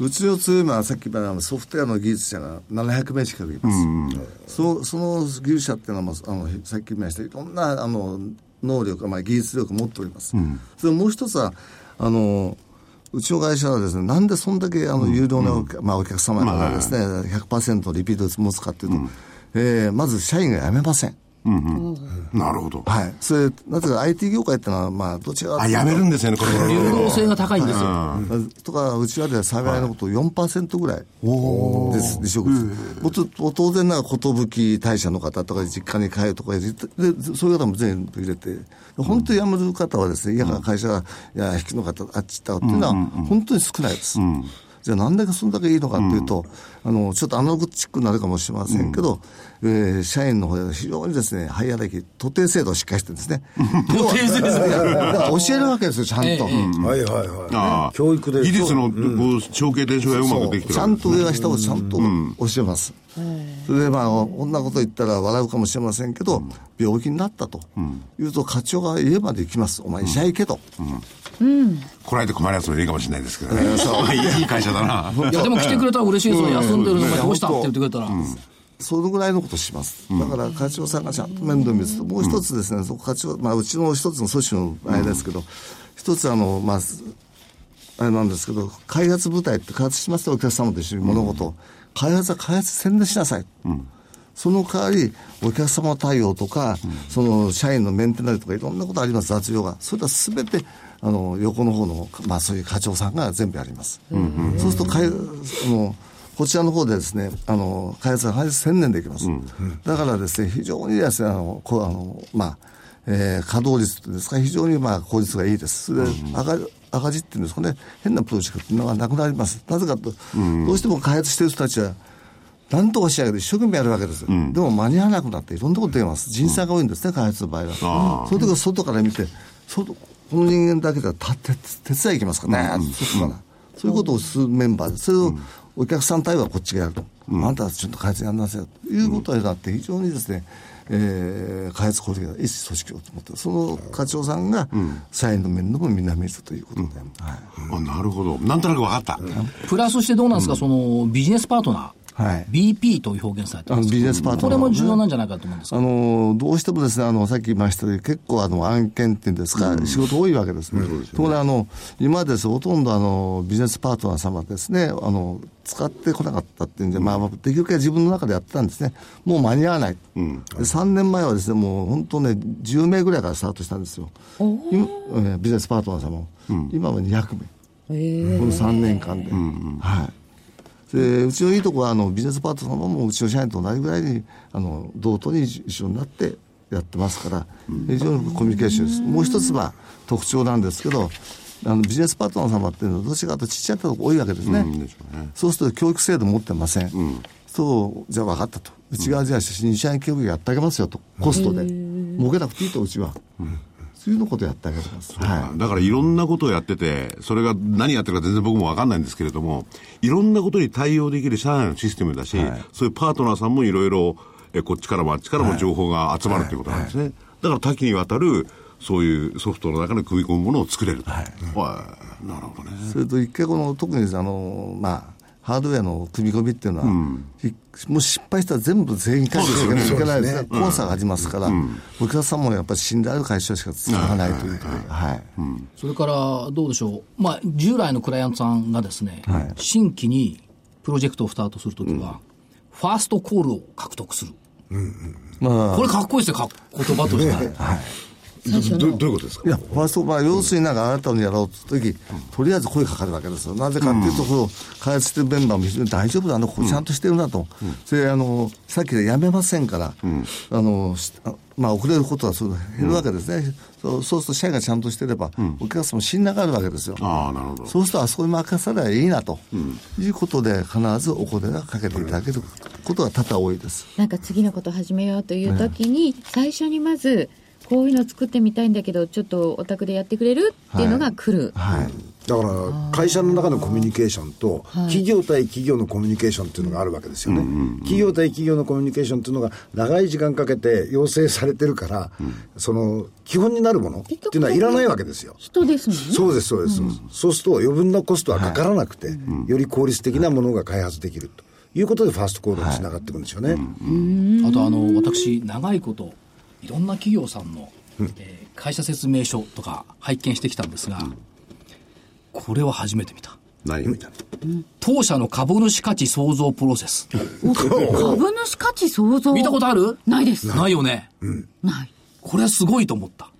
Speaker 5: え
Speaker 6: うちの強みはさっき言ったあのソフトウェアの技術者が700名近くいます、そその技術者っていうのは、まあ、あのさっき言いましたいろんなあの能力、まあ、技術力を持っております、それもう一つはあのうちの会社はですね、なんでそんだけあの有料なお,、まあ、お客様がですね、100%リピート率持つかっていうと、えーまず社員が辞めません。
Speaker 5: なるほど。
Speaker 6: はい。それ、なぜか IT 業界ってのは、まあ、どちらかと
Speaker 5: あ、
Speaker 6: いうと
Speaker 5: やめるんですよね、これ。
Speaker 1: 流動性が高いんですよ。
Speaker 6: とか、うちらでは災害のことを4%ぐらいです、離職率。もっと当然ながら、寿退社の方とか、実家に帰るとか、でそういう方も全部入れて、本当に辞める方はですね、いや、会社が、いや、引きの方、あっち行ったっていうのは、本当に少ないです。じゃあなんでそんだけいいのかっていうと、あの、ちょっとアナログチックになるかもしれませんけど、えー社員の方では非常にですね、ハイアラーキー、徒弟制度をしっかりしてるんですね。 徒弟制度教えるわけですよ、ちゃんと。
Speaker 4: はいはいはい。
Speaker 5: ああ
Speaker 4: 教育で。
Speaker 5: 技術の、こう、承継伝承がうまくできてる。
Speaker 6: ちゃんと上は下をちゃんと教えます。それでまあ、こんなこと言ったら笑うかもしれませんけど、病気になったと、言うと、課長が家まで行きます。お前医者行けと。
Speaker 5: 来ないと困るやつもいいかもしれないですけどね。 いい会社だな。
Speaker 1: いや、でも来てくれたら嬉しいですよ。休んでるのがどうしたって言ってくれたら。
Speaker 6: そのぐらいのことします。だから、課長さんがちゃんと面倒見ると、もう一つですね、そこ課長、まあ、うちの一つの組織のあれですけど、一つあの、まあ、あれなんですけど、開発部隊って開発しますとお客様と一緒に物事を、開発は開発宣伝しなさい。その代わり、お客様対応とか、その社員のメンテナルとかいろんなことあります、雑用が。それはすべて、あの、横の方の、まあそういう課長さんが全部やります。そうすると、開あの、こちらの方でですね、あの、開発が開発専念できます。だからですね、非常にですね、あの、こうあの、まあ、えー稼働率っていうんですか、非常にまあ効率がいいです、それで赤赤字っていうんですかね、変なプロジェクトっていうのがなくなります、なぜかと、どうしても開発してる人たちは、なんとか仕上げて一生懸命やるわけですよ、でも間に合わなくなって、いろんなこと出ます、人災が多いんですね、開発の場合は。そういう時は外から見て、外この人間だけではた手手伝い行きますかね、そっちからそういうことをするメンバーで、それをお客さん対応はこっちがやると、あんたはちょっと開発やんなさいよということになって、非常にですね、えー開発効率がいい組織をと思って、その課長さんが、社員の面倒もみんな見るということで、はい
Speaker 5: あなるほど。なんとなく分かった。
Speaker 1: プラスしてどうなんですか、そのビジネスパートナー、
Speaker 6: はい
Speaker 1: BP という表現されて
Speaker 6: あ
Speaker 1: ま
Speaker 6: の
Speaker 1: すけ
Speaker 6: ビジ
Speaker 1: ど
Speaker 6: ネスパー
Speaker 1: こ
Speaker 6: トナ
Speaker 1: れ
Speaker 6: ー
Speaker 1: も
Speaker 6: の
Speaker 1: 重要なんじゃないかと思うんです
Speaker 6: あのどうしてもですねあのさっき言いましたように結構あの案件っていうんですか、仕事多いわけですね。ところがあの今までですほとんどあのビジネスパートナー様ですねあの使ってこなかったっていうんで、まあ、できるだけ自分の中でやってたんですねもう間に合わない、で3年前はですねもう本当ね10名ぐらいからスタートしたんですよ今えービジネスパートナー様も、今は200名。この3年間で。はいでうちのいいとこはあのビジネスパートナーもうちの社員と同じぐらいにあの同等に一緒になってやってますから非常にコミュニケーションです、もう一つは特徴なんですけどあのビジネスパートナー様っていうのはどちらかというとちっちゃいとこ多いわけですね,、そうすると教育制度持ってません、そうじゃあ分かったとうち側じゃあ新社員教育やってあげますよとコストで儲けなくていいとうちは、そういうのことやってあげてます、はい
Speaker 5: だからいろんなことをやってて、それが何やってるか全然僕もわかんないんですけれども、いろんなことに対応できる社内のシステムだし、そういうパートナーさんもいろいろ、えこっちからもあっちからも情報が集まるということなんですね。だから多岐にわたる、そういうソフトの中に組み込むものを作れると。はい。なるほどね。
Speaker 6: それと一回この特にあのまあハードウェアの組み込みっていうのは、ひもう失敗したら全部全員返していかないといけないですね。怖さがありますから、お客さんもやっぱり信頼ある会社しか使わないということで、はい。
Speaker 1: よ。それから、どうでしょう。まあ、従来のクライアントさんがですね、新規にプロジェクトをスタートするときは、ファーストコールを獲得する。
Speaker 6: まあ
Speaker 1: こ、れかっこいいですよ、か言葉として。
Speaker 5: どどどういうことです
Speaker 6: い
Speaker 5: か
Speaker 6: や、ファーストまあ要するになんか新たにやろうと時、とりあえず声かかるわけですよ。なぜかっていうと、この開発してるメンバーも非常に大丈夫だな、ここちゃんとしてるなと。それであの、さっきでやめませんから、あの、しあまあ遅れることはそう減るわけですね。そうそうすると社員がちゃんとしてれば、お客様も信頼があるわけですよ。
Speaker 5: ああ、なるほど。
Speaker 6: そうするとあそこに任せればいいなと、いうことで必ずお声がかけていただけることが多々多いです。
Speaker 3: なんか次のこと始めようという時に、最初にまずこういうの作ってみたいんだけどちょっとお宅でやってくれるっていうのが来る、
Speaker 6: はい。
Speaker 4: だから会社の中のコミュニケーションと企業対企業のコミュニケーションっていうのがあるわけですよね、企業対企業のコミュニケーションっていうのが長い時間かけて要請されてるから、その基本になるものっていうのはいらないわけですよ
Speaker 3: 人ですも んね
Speaker 4: そうですそうです、そうすると余分なコストはかからなくて、より効率的なものが開発できるということでファーストコードにつながっていくんですよね、
Speaker 1: あとあの私長いこといろんな企業さんの、えー会社説明書とか拝見してきたんですが、これは初めて見た
Speaker 5: 何みたいな。
Speaker 1: 当社の株主価値創造プロセス
Speaker 3: 株主価値創造
Speaker 1: 見たことある
Speaker 3: ないです
Speaker 1: ないよね、
Speaker 3: ない
Speaker 1: これはすごいと思った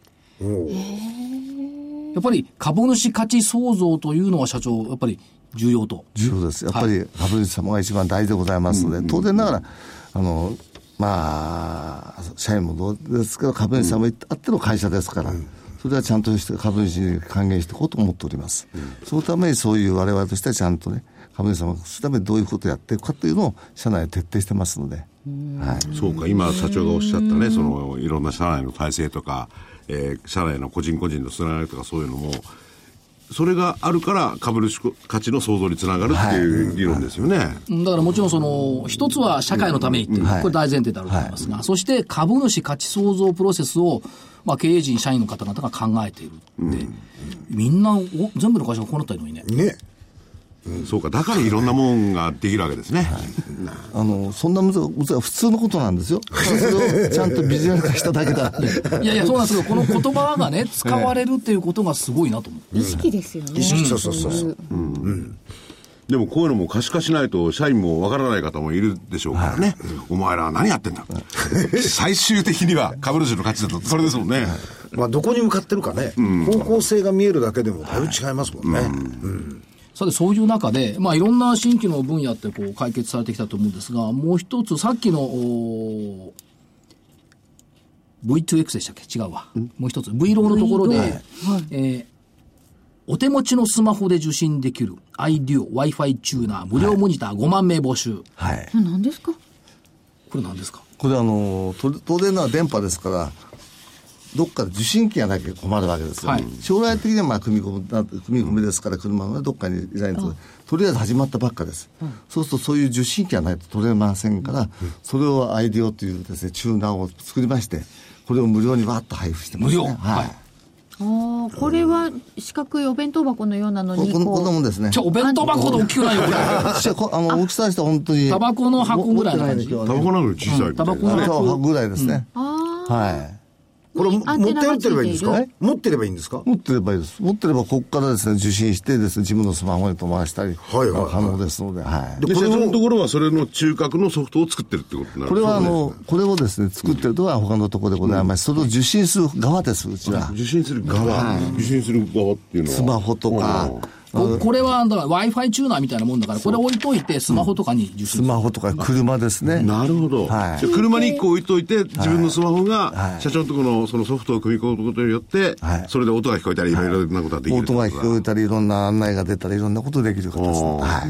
Speaker 1: やっぱり株主価値創造というのは社長やっぱり重要と
Speaker 6: そうです。やっぱり株主様が一番大事でございますので、当然ながら、あの、まあ、社員もどうですけど、株主様あっての会社ですから、それはちゃんとして株主に還元していこうと思っております。そのためにそういう我々としてはちゃんとね、株主様がするためにどういうことをやっていくかというのを社内で徹底してますので、はい。
Speaker 5: そうか、今、社長がおっしゃったね、その、いろんな社内の体制とか、えー社内の個人個人のつながりとかそういうのも、それがあるから株主価値の創造につながるっていう理論ですよね。
Speaker 1: うんだからもちろんその、一つは社会のためにっていう、
Speaker 6: はい
Speaker 1: これ大前提だろうと思いますが、そして株主価値創造プロセスを、まあ経営陣、社員の方々が考えているって、みんなお、全部の会社がこうなったらいいのにね。
Speaker 4: ね
Speaker 5: そうか、だからいろんなもんができるわけですね。
Speaker 6: あのそんなむずむずは普通のことなんですよ、それをちゃんとビジュアル化しただけだって、
Speaker 1: いやいや、そうなんですけど、この言葉がね、使われるっていうことがすごいなと思う。
Speaker 3: 意識ですよね。
Speaker 4: 意識そうそうそうそう
Speaker 3: い
Speaker 5: でもこういうのも可視化しないと社員もわからない方もいるでしょうからね。お前らは何やってんだ最終的には株主の価値だと、それですもんね。
Speaker 4: まあどこに向かってるかね、方向性が見えるだけでもだいぶ違いますもんね、
Speaker 1: さて、そういう中で、まあ、いろんな新規の分野ってこう解決されてきたと思うんですが、もう一つ、さっきの、おー V2X でしたっけ違うわ。もう一つ、V ローのところで、
Speaker 3: V ロー
Speaker 1: えーお手持ちのスマホで受信できる iDuo、Wi-Fi チューナー、無料モニター5万名募集。
Speaker 6: はい、
Speaker 3: や何ですか
Speaker 1: これ何ですか
Speaker 6: これあのと東電のは電波ですからどっかで受信機がなきゃ困るわけですよ、
Speaker 1: はい
Speaker 6: 将来的にはまあ組み込みな組み込みですから車のねどっかにいないととりあえず始まったばっかです、そうするとそういう受信機がないと取れませんから、それをアイディオというですねチューナーを作りましてこれを無料にわーっと配布してます、ね、
Speaker 1: 無料はい
Speaker 3: ああ、これは四角いお弁当箱のようなの
Speaker 6: こ
Speaker 3: に、
Speaker 6: このこんなもんですね
Speaker 1: じゃあ、お弁当箱ほど大きくないよ、これ。
Speaker 6: じゃあこあの大きさにしては本当に
Speaker 1: タバコの箱ぐらいの感じ
Speaker 6: 持って
Speaker 5: タバ
Speaker 6: ないですよね
Speaker 5: コなのに小さいみた
Speaker 1: タ
Speaker 5: い
Speaker 1: バ
Speaker 5: な
Speaker 1: コの
Speaker 6: タバコの
Speaker 1: 箱
Speaker 6: 箱ぐらいですね、
Speaker 3: ああ、
Speaker 6: はい
Speaker 4: これも
Speaker 3: アン
Speaker 4: 持っ
Speaker 3: テ
Speaker 4: て
Speaker 3: ナが
Speaker 4: 歩いてればいいんです
Speaker 6: つい
Speaker 4: か
Speaker 6: ている
Speaker 4: 持ってればいいんですか
Speaker 6: 持ってればいいです。持ってればここからですね、受信してですね、自分のスマホに飛ばしたり、
Speaker 4: はいはいはい
Speaker 6: 可能ですので、はい。
Speaker 5: で、
Speaker 4: こ
Speaker 5: 社
Speaker 4: れを
Speaker 5: 長のところはそれの中核のソフトを作ってるってことになる
Speaker 6: これはあの、これをですね、作ってるのは他のところでございます。それを受信する側です、うちは。
Speaker 5: 受信する側、受信する側っていうのは。
Speaker 6: スマホとか、
Speaker 1: ここれは、だから Wi-Fi チューナーみたいなもんだから、これ置いといて、スマホとかに受
Speaker 6: ス
Speaker 1: 信。
Speaker 6: マホとか車ですね。
Speaker 5: なるほど。
Speaker 6: はい
Speaker 5: じゃあ車に1個置いといて、自分のスマホが、社長のところのそのソフトを組み込むことによって
Speaker 6: はい、
Speaker 5: それで音が聞こえたり、いろいろなことができるって
Speaker 6: 音
Speaker 5: ことだ。
Speaker 6: が聞こえたり、いろんな案内が出たり、いろんなことできる形ですね。
Speaker 5: おー
Speaker 6: はい。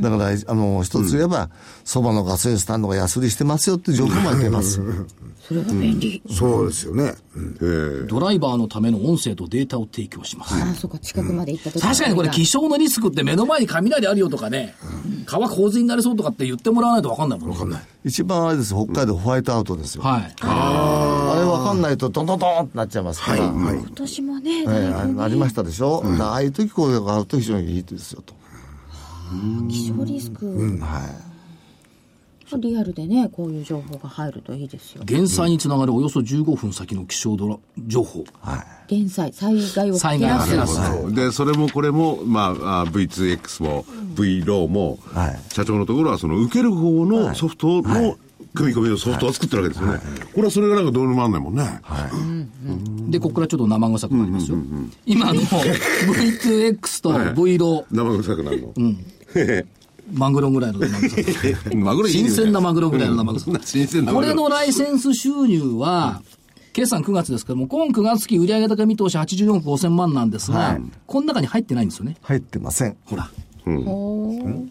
Speaker 6: だから、あの、一つ言えば、そばのガソリンスタンドが安売りしてますよっていう状況もあります。
Speaker 3: それは便利。
Speaker 4: そうですよね、うん
Speaker 5: ええ
Speaker 1: ドライバーのための音声とデータを提供します。
Speaker 2: あそうか近くまで行った時
Speaker 1: 確かにこれ気象のリスクって目の前に雷あるよとかね、川洪水になりそうとかって言ってもらわないと分かんないもん分かんない。
Speaker 6: 一番あれです、北海道ホワイトアウトですよ。
Speaker 1: はい。
Speaker 6: あれわかんないと、ドンドンドンってなっちゃいますから。
Speaker 3: 今年もね、
Speaker 6: え
Speaker 3: だい
Speaker 6: えあありましたでしょ、だからああいう時こういうのがあると非常にいいですよと。
Speaker 3: ぶ気象リスク、
Speaker 6: はい。
Speaker 3: リアルでね、こういう情報が入るといいですよ。
Speaker 1: 減災につながるおよそ15分先の気象ドラ情報。
Speaker 3: 減災、災害を
Speaker 1: 災
Speaker 3: 減
Speaker 1: 害
Speaker 3: ら
Speaker 1: を減
Speaker 3: す
Speaker 1: ら。
Speaker 5: なるほどで、それもこれも、まあ、あ V2X も V ローも、
Speaker 6: はい
Speaker 5: 社長のところはその受ける方のソフトの組み込みのソフトを作ってるわけですよね。これはそれがなんかどうにもなんないもんね。
Speaker 1: で、ここからちょっと生臭くなりますよ。今の V2X と V ロー、
Speaker 5: 生臭くなるの。
Speaker 1: マグロぐらいの生臭さ。
Speaker 5: マグロいいね
Speaker 1: 新鮮なマグロぐらいの生臭さ
Speaker 5: うん 新鮮な
Speaker 1: こ
Speaker 5: マグロ
Speaker 1: れのライセンス収入は、決算9月ですけども、今9月期売上高見通し84億5000万なんですが、この中に入ってないんですよね。
Speaker 6: 入ってません。
Speaker 1: ほら。
Speaker 3: おー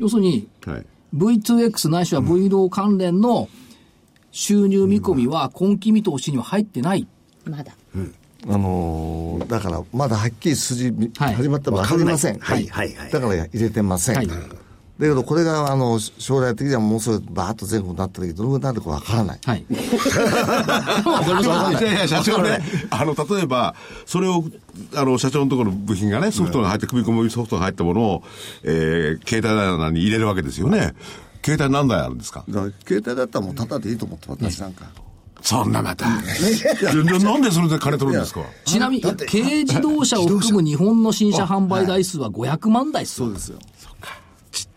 Speaker 1: 要するに、
Speaker 5: はい。
Speaker 1: V2X ないしは V ロー関連の収入見込みは今期見通しには入ってない。
Speaker 3: まだ。
Speaker 6: あのーだから、まだはっきり筋み、
Speaker 1: はい
Speaker 6: 始まってわかりません。
Speaker 4: わかんないはいはいはい
Speaker 6: だから入れてません。
Speaker 1: はい
Speaker 6: だけど、これが、あの、将来的にはもうすぐバーッと全国になった時、どのぐらいになるかわからない。
Speaker 1: はい。わかりました
Speaker 5: いやいや、社長ね、あの、例えば、それを、あの、社長のところの部品がね、ソフトが入って、組み込みソフトが入ったものを、えー、携帯棚に入れるわけですよね。携帯何台あるんですか
Speaker 6: だから、携帯だったらもうタダでいいと思って、私なんか。
Speaker 5: そんなまた。ななんでそれで金取るんですか
Speaker 1: ちなみに、軽自動車を含む日本の新車販売台数は500万台そうですよ。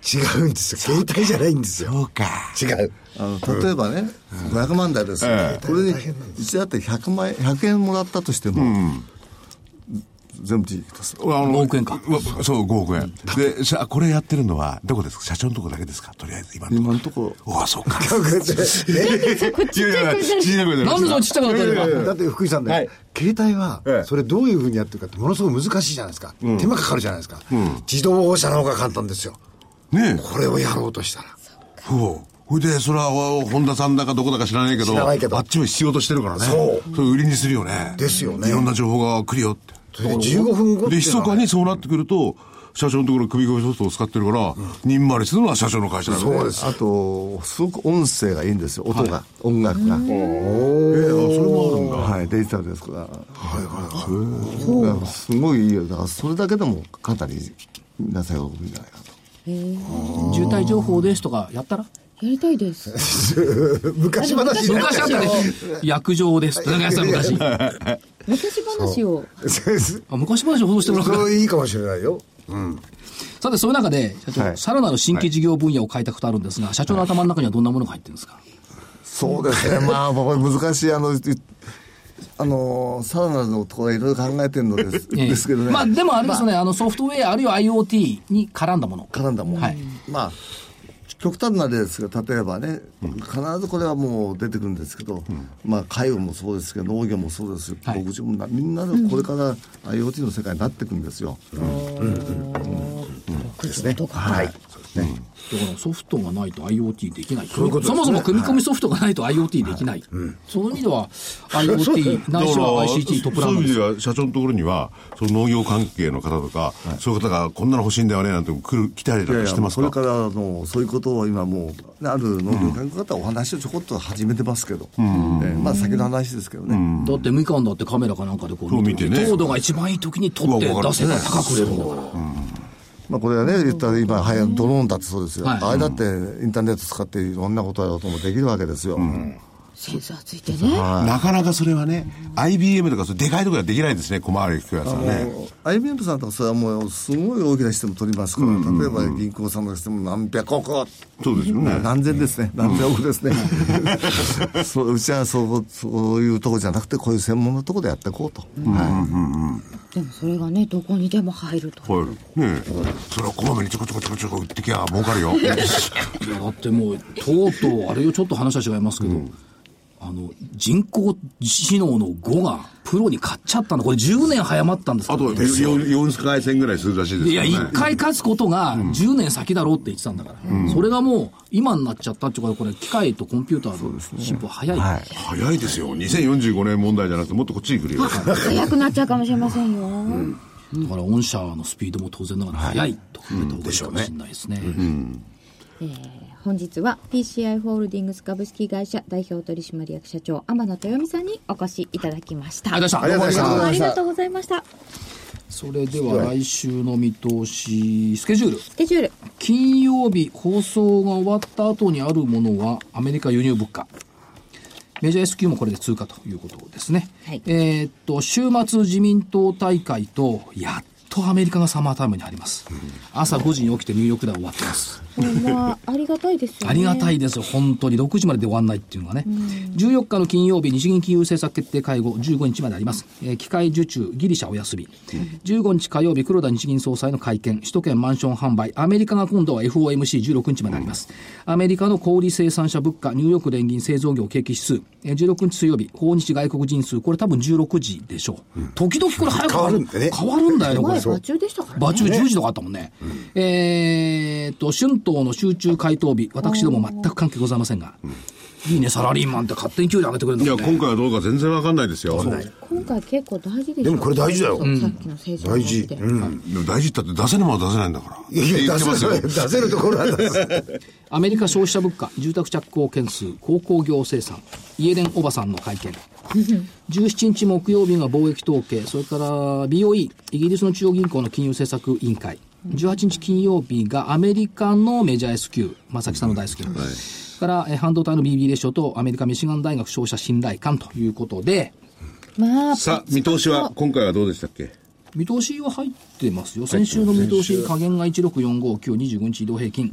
Speaker 4: ち違うんですよ携帯じゃないんですよ
Speaker 6: うか。
Speaker 4: 違う
Speaker 6: あの例えばね、500万台です、
Speaker 5: え
Speaker 6: これに1だって100万円100円もらったとしても、全部利益です
Speaker 5: あの
Speaker 1: 5億円か
Speaker 5: うわそう、5億円。で、社これやってるのは、どこですか社長のとこだけですかとりあえず、今のとこ。
Speaker 6: 今のとこ
Speaker 5: おあ、そうか。
Speaker 1: なん
Speaker 3: ちっちゃい声じゃない
Speaker 5: いやいや
Speaker 1: でそんなちっちゃくなったのか。
Speaker 4: だって福井さんね、
Speaker 5: はい
Speaker 4: 携帯は
Speaker 5: ええ
Speaker 4: それどういうふうにやってるかってものすごく難しいじゃないですか、手間かかるじゃないですか、自動車の方が簡単ですよ
Speaker 5: ねえ。
Speaker 4: これをやろうとしたら
Speaker 5: そう。ほいで、それは、お本田さんだかどこだか知らないけど、
Speaker 4: 知らないけど
Speaker 5: あっちも必要としてるからね。。
Speaker 4: そう
Speaker 5: それ売りにするよね。
Speaker 4: ですよね
Speaker 5: いろんな情報が来るよって。
Speaker 4: 15分後って
Speaker 5: で、
Speaker 4: いうの
Speaker 5: 密
Speaker 4: は
Speaker 5: かにそうなってくると、社長のところ首首ソフトを使ってるから、にんまりするのは社長の会社だからね。
Speaker 4: そうです
Speaker 6: あとすごく音声がいいんですよ音が、音楽が
Speaker 5: ええあそれもあるんだ。
Speaker 6: はいデジタルですからはいはいすごいいいよだからそれだけでもかなり皆さん喜ぶんじゃないかと
Speaker 1: 渋滞情報ですとかやったら
Speaker 3: やりたいです。
Speaker 4: 昔話になっ
Speaker 1: 昔
Speaker 4: ち
Speaker 1: あ
Speaker 4: ゃ
Speaker 1: っ
Speaker 4: う
Speaker 1: たね薬場ですなんかやってた昔あ
Speaker 3: 昔話を。
Speaker 1: 昔話を報道してもらおうかな
Speaker 4: それいいかもしれないよ
Speaker 1: さてそういう中で社長、
Speaker 6: はい
Speaker 1: さらなる新規事業分野を開拓とあるんですが社長の頭の中にはどんなものが入ってるんですか、
Speaker 6: そうですね、まあ、僕は難しい、あの、いあの、さらなるのところはいろいろ考えてる のです
Speaker 1: ええ
Speaker 6: ですけどね。
Speaker 1: まあでもあれですよね、あ、のソフトウェアあるいは IoT に絡んだもの
Speaker 6: 絡んだもん、
Speaker 1: はい
Speaker 6: まあ極端な例ですが例えばね、必ずこれはもう出てくるんですけど、まあ、介護もそうですけど農業もそうですけど、
Speaker 1: はい
Speaker 6: 牧場もなみんなでこれから IoT の世界になっていくんですよ、
Speaker 4: ですねはい
Speaker 1: だからソフトがないと IoT できないそもそも組み込みソフトがないと IoT できない、そういう意味では IoT ないしは ICT トップラ
Speaker 5: そう
Speaker 1: ン
Speaker 5: いう
Speaker 1: ドです
Speaker 5: 意味では社長のところにはその農業関係の方とか、そういう方がこんなの欲しいんだよねなんて来る来たりと
Speaker 6: いやいや
Speaker 5: かしてます
Speaker 6: これか
Speaker 5: から
Speaker 6: のそういうことを今もうある農業関係の方はお話をちょこっと始めてますけど、ええまあ先の話ですけどね、
Speaker 1: だってみかんだってカメラかなんかでこ
Speaker 5: そうう
Speaker 1: 見
Speaker 5: 見
Speaker 1: て
Speaker 5: てね
Speaker 1: 糖度が一番いい時に撮って
Speaker 5: うわ
Speaker 1: 出せば
Speaker 5: わかる
Speaker 1: 高く売れるんだから
Speaker 6: まあ、これはね言ったら今はやドローンだってそうですよ、
Speaker 1: はい
Speaker 6: あれだってインターネット使っていろんなことやろうともできるわけですよ、
Speaker 3: センサーついてね。
Speaker 5: なかなかそれはね IBM とかそうでかいところはできないですね小回り利くやつはね
Speaker 6: IBM さんとかそれはもうすごい大きなシステム取りますから、例えば銀行さんのシステム何百億、
Speaker 5: そうですよね
Speaker 6: 何千ですね、何千億ですね、 そううちはそうそういうとこじゃなくて、こういう専門のとこでやっていこうと、は
Speaker 3: でもそれがね、どこにでも入ると。
Speaker 5: はいねえそれをこまめにちょこちょこちょこちょこ売ってきゃ儲かるよ
Speaker 1: いやだってもうとうとうあれよちょっと話は違いますけど、あの人工知能の5がプロに買っちゃったのこれ10年早まったんですか
Speaker 5: あ
Speaker 1: らね
Speaker 5: と4回戦ぐらいするらしいです
Speaker 1: い
Speaker 5: よ
Speaker 1: や
Speaker 5: ね
Speaker 1: 1回勝つことが10年先だろうって言ってたんだから、それがもう今になっちゃったっていうかこれ機械とコンピューターの進歩早い、
Speaker 6: いはい、
Speaker 5: 早いですよ2045年問題じゃなくてもっとこっちに来 るよ
Speaker 3: 早くなっちゃうかもしれませんよ。
Speaker 1: だから御社のスピードも当然ながら速いと考えた方がいいかもしれないですね、
Speaker 3: 本日は PCI ホールディングス株式会社代表取締役社長天野豊美さんにお越しいただきました。
Speaker 1: ありがとうございました
Speaker 3: どう
Speaker 4: ありがとうご
Speaker 3: も
Speaker 4: ざい
Speaker 3: あ
Speaker 4: ま
Speaker 3: り
Speaker 4: した
Speaker 3: がとうございました。
Speaker 1: それでは来週の見通しスケジュール
Speaker 3: スケジュール。
Speaker 1: 金曜日放送が終わった後にあるものはアメリカ輸入物価メジャー S q もこれで通過ということですね、
Speaker 3: はい
Speaker 1: えーっと週末自民党大会とやっとアメリカがサマータイムに入ります、朝5時に起きてニューヨークでは終わってます
Speaker 3: まあ、ありがたいですよね。
Speaker 1: ありがたいですよ、本当に。6時までで終わんないっていうのはね。14日の金曜日、日銀金融政策決定会合、15日まであります。えー機械受注、ギリシャお休み。15日火曜日、黒田日銀総裁の会見、首都圏マンション販売、アメリカが今度は FOMC16 日まであります。アメリカの小売生産者物価、ニューヨーク連銀製造業景気指数、えー16日水曜日、訪日外国人数、これ多分16時でしょう。時々これ早く
Speaker 4: 変わるんだね
Speaker 1: 変わるんだよね、これ。
Speaker 3: 前、場中でしたからね。
Speaker 1: 場中10時とかあったもんね。えーっと、春闘の集中回答日、私ども全く関係ございませんが。いいね、サラリーマンって勝手に給料上げてくれるん
Speaker 5: い
Speaker 1: だ
Speaker 5: や
Speaker 1: もんね。
Speaker 5: 今回はどうか全然わかんないですよ
Speaker 3: 今回結構大事でしょ
Speaker 4: でもこれ大事だよ
Speaker 3: さっきの成長
Speaker 4: 大事
Speaker 3: って
Speaker 4: うん
Speaker 5: でも大事ったって出せるものは出せないんだから
Speaker 4: いやいや
Speaker 5: っ
Speaker 4: 出
Speaker 5: て
Speaker 4: せ
Speaker 5: ますよ
Speaker 4: る出せるところは出す
Speaker 1: アメリカ消費者物価、住宅着工件数、鉱工業生産、イエレンおばさんの会見。17日木曜日が貿易統計、それから BOE、イギリスの中央銀行の金融政策委員会。18日金曜日がアメリカのメジャー S q 正木さんの大好きな。それから、えー半導体の BB レシオとアメリカミシガン大学消費者信頼感ということで、
Speaker 3: まあ
Speaker 5: さあ見通しは今回はどうでしたっけ
Speaker 1: 見通しは入ってますよ、先週の見通し、下限が16459、25日移動平均、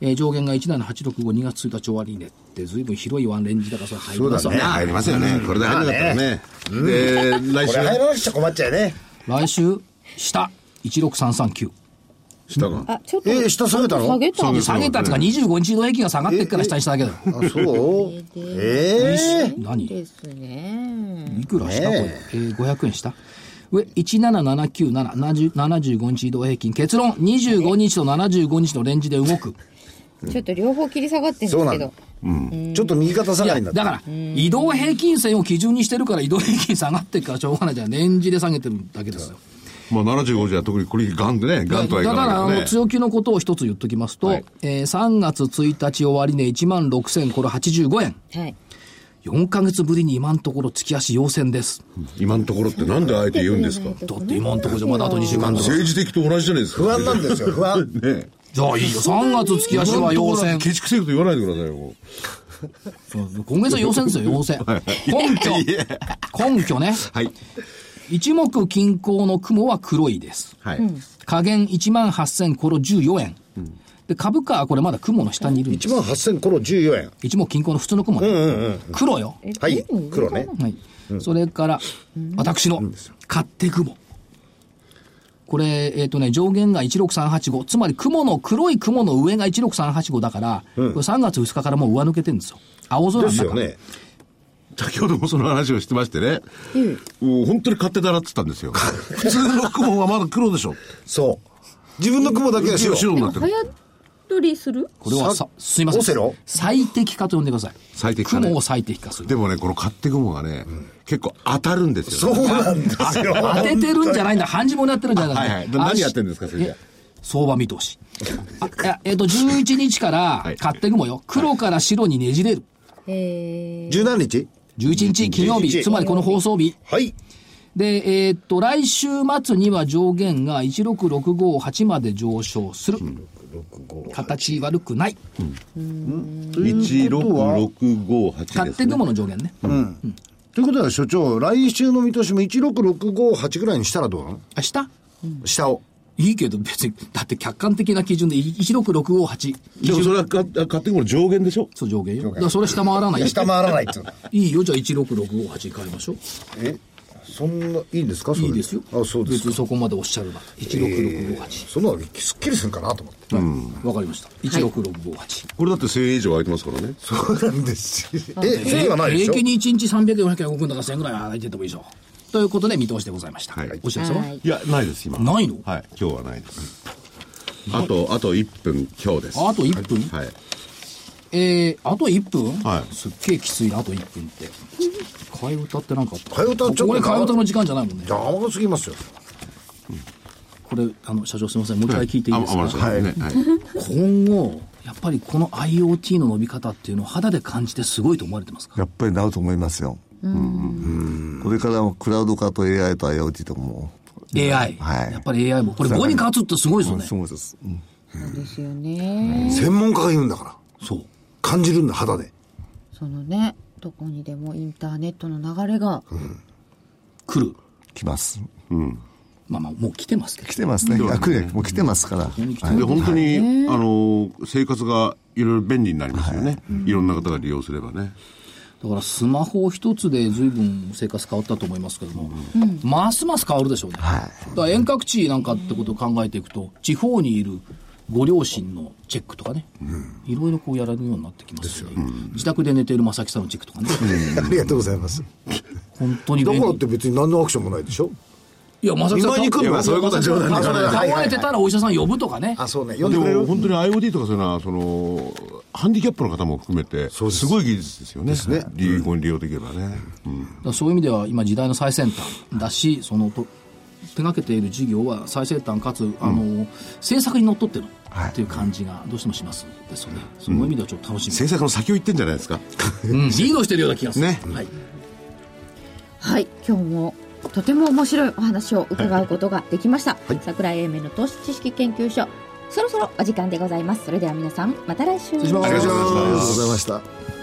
Speaker 1: えー上限が17865、2月1日終わり値って、ずいぶん広いワンレンジだから、それ入りますわ
Speaker 5: ね
Speaker 1: な
Speaker 5: 入りますよねこれで入らなかったらねで来
Speaker 4: こ
Speaker 5: 週
Speaker 4: れ入らなくちゃ困っちゃうよね
Speaker 1: 来週、下、16339、
Speaker 5: 下が
Speaker 3: あちょっと
Speaker 4: えー下下げたの
Speaker 3: 下げたの
Speaker 1: 下げたっていうか、25日移動平均が下がってっから下にしただけだよ、
Speaker 4: あそうええ
Speaker 1: 何、
Speaker 3: ですね
Speaker 1: いくら下、こ
Speaker 4: ね
Speaker 1: れ
Speaker 4: え、
Speaker 1: えー500円下。上、17797、70 75日移動平均、結論、25日と75日のレンジで動く。
Speaker 3: ちょっと両方切り下がってるんですけど。
Speaker 4: ちょっと右肩下
Speaker 1: いや
Speaker 4: がりにな
Speaker 1: だ
Speaker 4: っ
Speaker 1: か
Speaker 4: て
Speaker 1: ら、移動平均線を基準にしてるから、移動平均下がってるからしょうがないじゃん。年次で下げてるだけですよ。
Speaker 5: まあ75じゃ特にこれガンでね、ガンとはい
Speaker 1: だ
Speaker 5: か
Speaker 1: か
Speaker 5: ない
Speaker 1: ら、あ
Speaker 5: から
Speaker 1: の、
Speaker 5: ね。
Speaker 1: 強気のことを一つ言っときますと、
Speaker 5: はい
Speaker 1: えー3月1日終値1万6000、これ85円。
Speaker 3: はい。
Speaker 1: 4ヶ月ぶりに今のところ月足陽線です。
Speaker 5: 今のところってなんであえて言うんですか
Speaker 1: だって今のところじゃまだあと2週間とか。
Speaker 5: 政治的と同じじゃないですか。
Speaker 4: 不安なんですよ、不安。
Speaker 5: ね
Speaker 1: じゃあいいよ。3月月足は陽線。
Speaker 5: ケチくせえこと言わないでくださいよ。
Speaker 1: 今月は陽線ですよ、陽線。根 拠。根拠ね。
Speaker 5: はい。
Speaker 1: 一目均衡の雲は黒いです。
Speaker 5: はい。
Speaker 1: 下限1万8000コロ14円。で、株価はこれまだ雲の下にいるんです
Speaker 4: 1。万8000コロ14円。
Speaker 1: 一目均衡の普通の雲ね。黒よ。
Speaker 4: はい、黒ね。
Speaker 1: はい。それから、私の勝手雲。これ、えっ、とね、上限が16385。つまり雲の、黒い雲の上が16385だから、これ3月2日からもう上抜けてるんですよ。青空の中。
Speaker 4: ですよね。
Speaker 5: 先ほどもその話をしてましてね。うん。本当に勝手だなって言ったんですよ。普通の雲はまだ黒でしょ。
Speaker 4: そう。自分の雲だけが白
Speaker 5: 白。白になって
Speaker 3: 早
Speaker 5: る。
Speaker 3: 取りする
Speaker 1: これはさ
Speaker 4: さ、
Speaker 1: すいません。
Speaker 4: オセロ
Speaker 1: 最適化と呼んでください。
Speaker 5: 最適化ね
Speaker 1: 雲を最適化する。
Speaker 5: でもね、この勝手雲がね、結構当たるんです
Speaker 4: そ
Speaker 5: よね。
Speaker 4: うなんですよ。
Speaker 1: 当ててるんじゃないんだ。半地もになってるんじゃないんだ。
Speaker 5: はいはい何やってんですか
Speaker 1: あし
Speaker 5: それじゃあ
Speaker 1: え相場見通し。あいやえっ、と、11日から
Speaker 5: い
Speaker 1: 勝手雲よ。黒から白にねじれる。
Speaker 3: え
Speaker 4: 十何日
Speaker 1: 11日金曜
Speaker 4: 11
Speaker 1: 日、
Speaker 4: 日
Speaker 1: つまりこの放送日。
Speaker 4: はい。
Speaker 1: で、えっと、来週末には上限が16658まで上昇する。形悪くない。
Speaker 5: 16658で
Speaker 1: 勝
Speaker 5: す
Speaker 1: 手
Speaker 5: ね。
Speaker 1: 雲の上限ね。
Speaker 4: ということは所長、来週の見通しも16658ぐらいにしたらどうなの
Speaker 1: あ、下
Speaker 4: 下を。
Speaker 1: いいけど別に、だって客観的な基準で16658。
Speaker 5: でもそれはか勝手雲の上限でしょ
Speaker 1: そう上限よ。だからそれ下回らない。
Speaker 4: 下回らないっていうの
Speaker 1: いいよ、じゃあ16658変えましょう。
Speaker 4: えそんな、いいんですかそれ
Speaker 1: いいですよ。
Speaker 4: あ、そうです
Speaker 1: 別に
Speaker 4: か。
Speaker 1: そこまでおっしゃるなら。16658。
Speaker 4: そのすっきりするかなと思って。
Speaker 1: わかりました。16658。
Speaker 5: これだって1000円以上空いてますからね。
Speaker 4: そうなんですよ。 え、そうはないでし
Speaker 1: 平
Speaker 4: ょ
Speaker 1: 均に1日300円、400円、5分だから1000円ぐらい働いててもいいでしょう。ということで見通しでございました。
Speaker 5: はい
Speaker 1: お知らせは
Speaker 3: はい
Speaker 5: いや、ないです、今。
Speaker 1: ないの
Speaker 5: はい。今日はないです。あと、あと1分、今日です。
Speaker 1: ああと1分
Speaker 5: はい。
Speaker 1: えー、あと1分
Speaker 5: はい
Speaker 1: すっげえきついな、あと1分って。替え歌ってなんかあった
Speaker 4: 替え歌ちょっと
Speaker 1: これ替え歌の時間じゃないもんね。
Speaker 4: 邪魔すぎますよ。
Speaker 1: これ、あの、社長すみません。もう一回聞いていいですか、
Speaker 5: あ、はい。ねはい。
Speaker 1: 今後、やっぱりこの IoT の伸び方っていうのを肌で感じてすごいと思われてますか
Speaker 6: やっぱりなると思いますよ。これからもクラウド化と AI と IoT とも
Speaker 1: ?AI。
Speaker 6: はい
Speaker 1: やっぱり AI も。これ5に勝つってすごいですよ
Speaker 6: う、
Speaker 1: ね。
Speaker 6: そうです。うん
Speaker 3: ですよね。
Speaker 4: 専門家が言うんだから。
Speaker 1: そう。
Speaker 4: 感じるんだ、肌で。
Speaker 3: そのね、どこにでもインターネットの流れが、
Speaker 1: 来る。
Speaker 6: 来ます。
Speaker 1: まあまあ、もう来てますけど
Speaker 6: 来。てますね。役にもう来てますから。
Speaker 5: で本当に、あの生活がいろいろ便利になりますよね、いろんな方が利用すればね、
Speaker 1: だからスマホ一つで随分生活変わったと思いますけども、ますます変わるでしょうね。だから遠隔地なんかってことを考えていくと、地方にいるご両親のチェックとかね、いろいろこうやられるようになってきますよね。自宅で寝ている正木さんのチェックとかね、
Speaker 4: ありがとうございます。
Speaker 1: 本当に
Speaker 4: だ
Speaker 1: 便
Speaker 4: からっ
Speaker 1: 利。
Speaker 4: て別に何のアクションもないでしょ
Speaker 1: いや、正木さん、
Speaker 4: 見舞いに来るのはそういうことは冗談で
Speaker 1: あ
Speaker 4: 言わない
Speaker 1: そう倒れてたらお医者さん呼ぶとかね。
Speaker 4: あ、そうね。
Speaker 5: で
Speaker 4: 呼んでくれ
Speaker 5: も
Speaker 4: る
Speaker 5: 本当に IoT とかそういうのはそのハンディキャップの方も含めてすごい技術ですよねですね利用利用できればね、うん
Speaker 1: だからそういう意味では今時代の最先端だしそのと手がけている事業は最先端かつ、あの政策にのっとってるっていう感じがどうしてもしますですよね、その意味ではちょっと楽しみ、
Speaker 5: 政策の先を行ってんじゃないですか
Speaker 1: うんリードしてるような気がする、
Speaker 5: ね
Speaker 1: はい、
Speaker 3: はい、今日もとても面白いお話を伺うことができました。桜井英明の投資知識研究所、そろそろお時間でございます。それでは皆さん、また来週。
Speaker 1: 失礼します
Speaker 5: ありがとうございました
Speaker 6: ありがとうございました。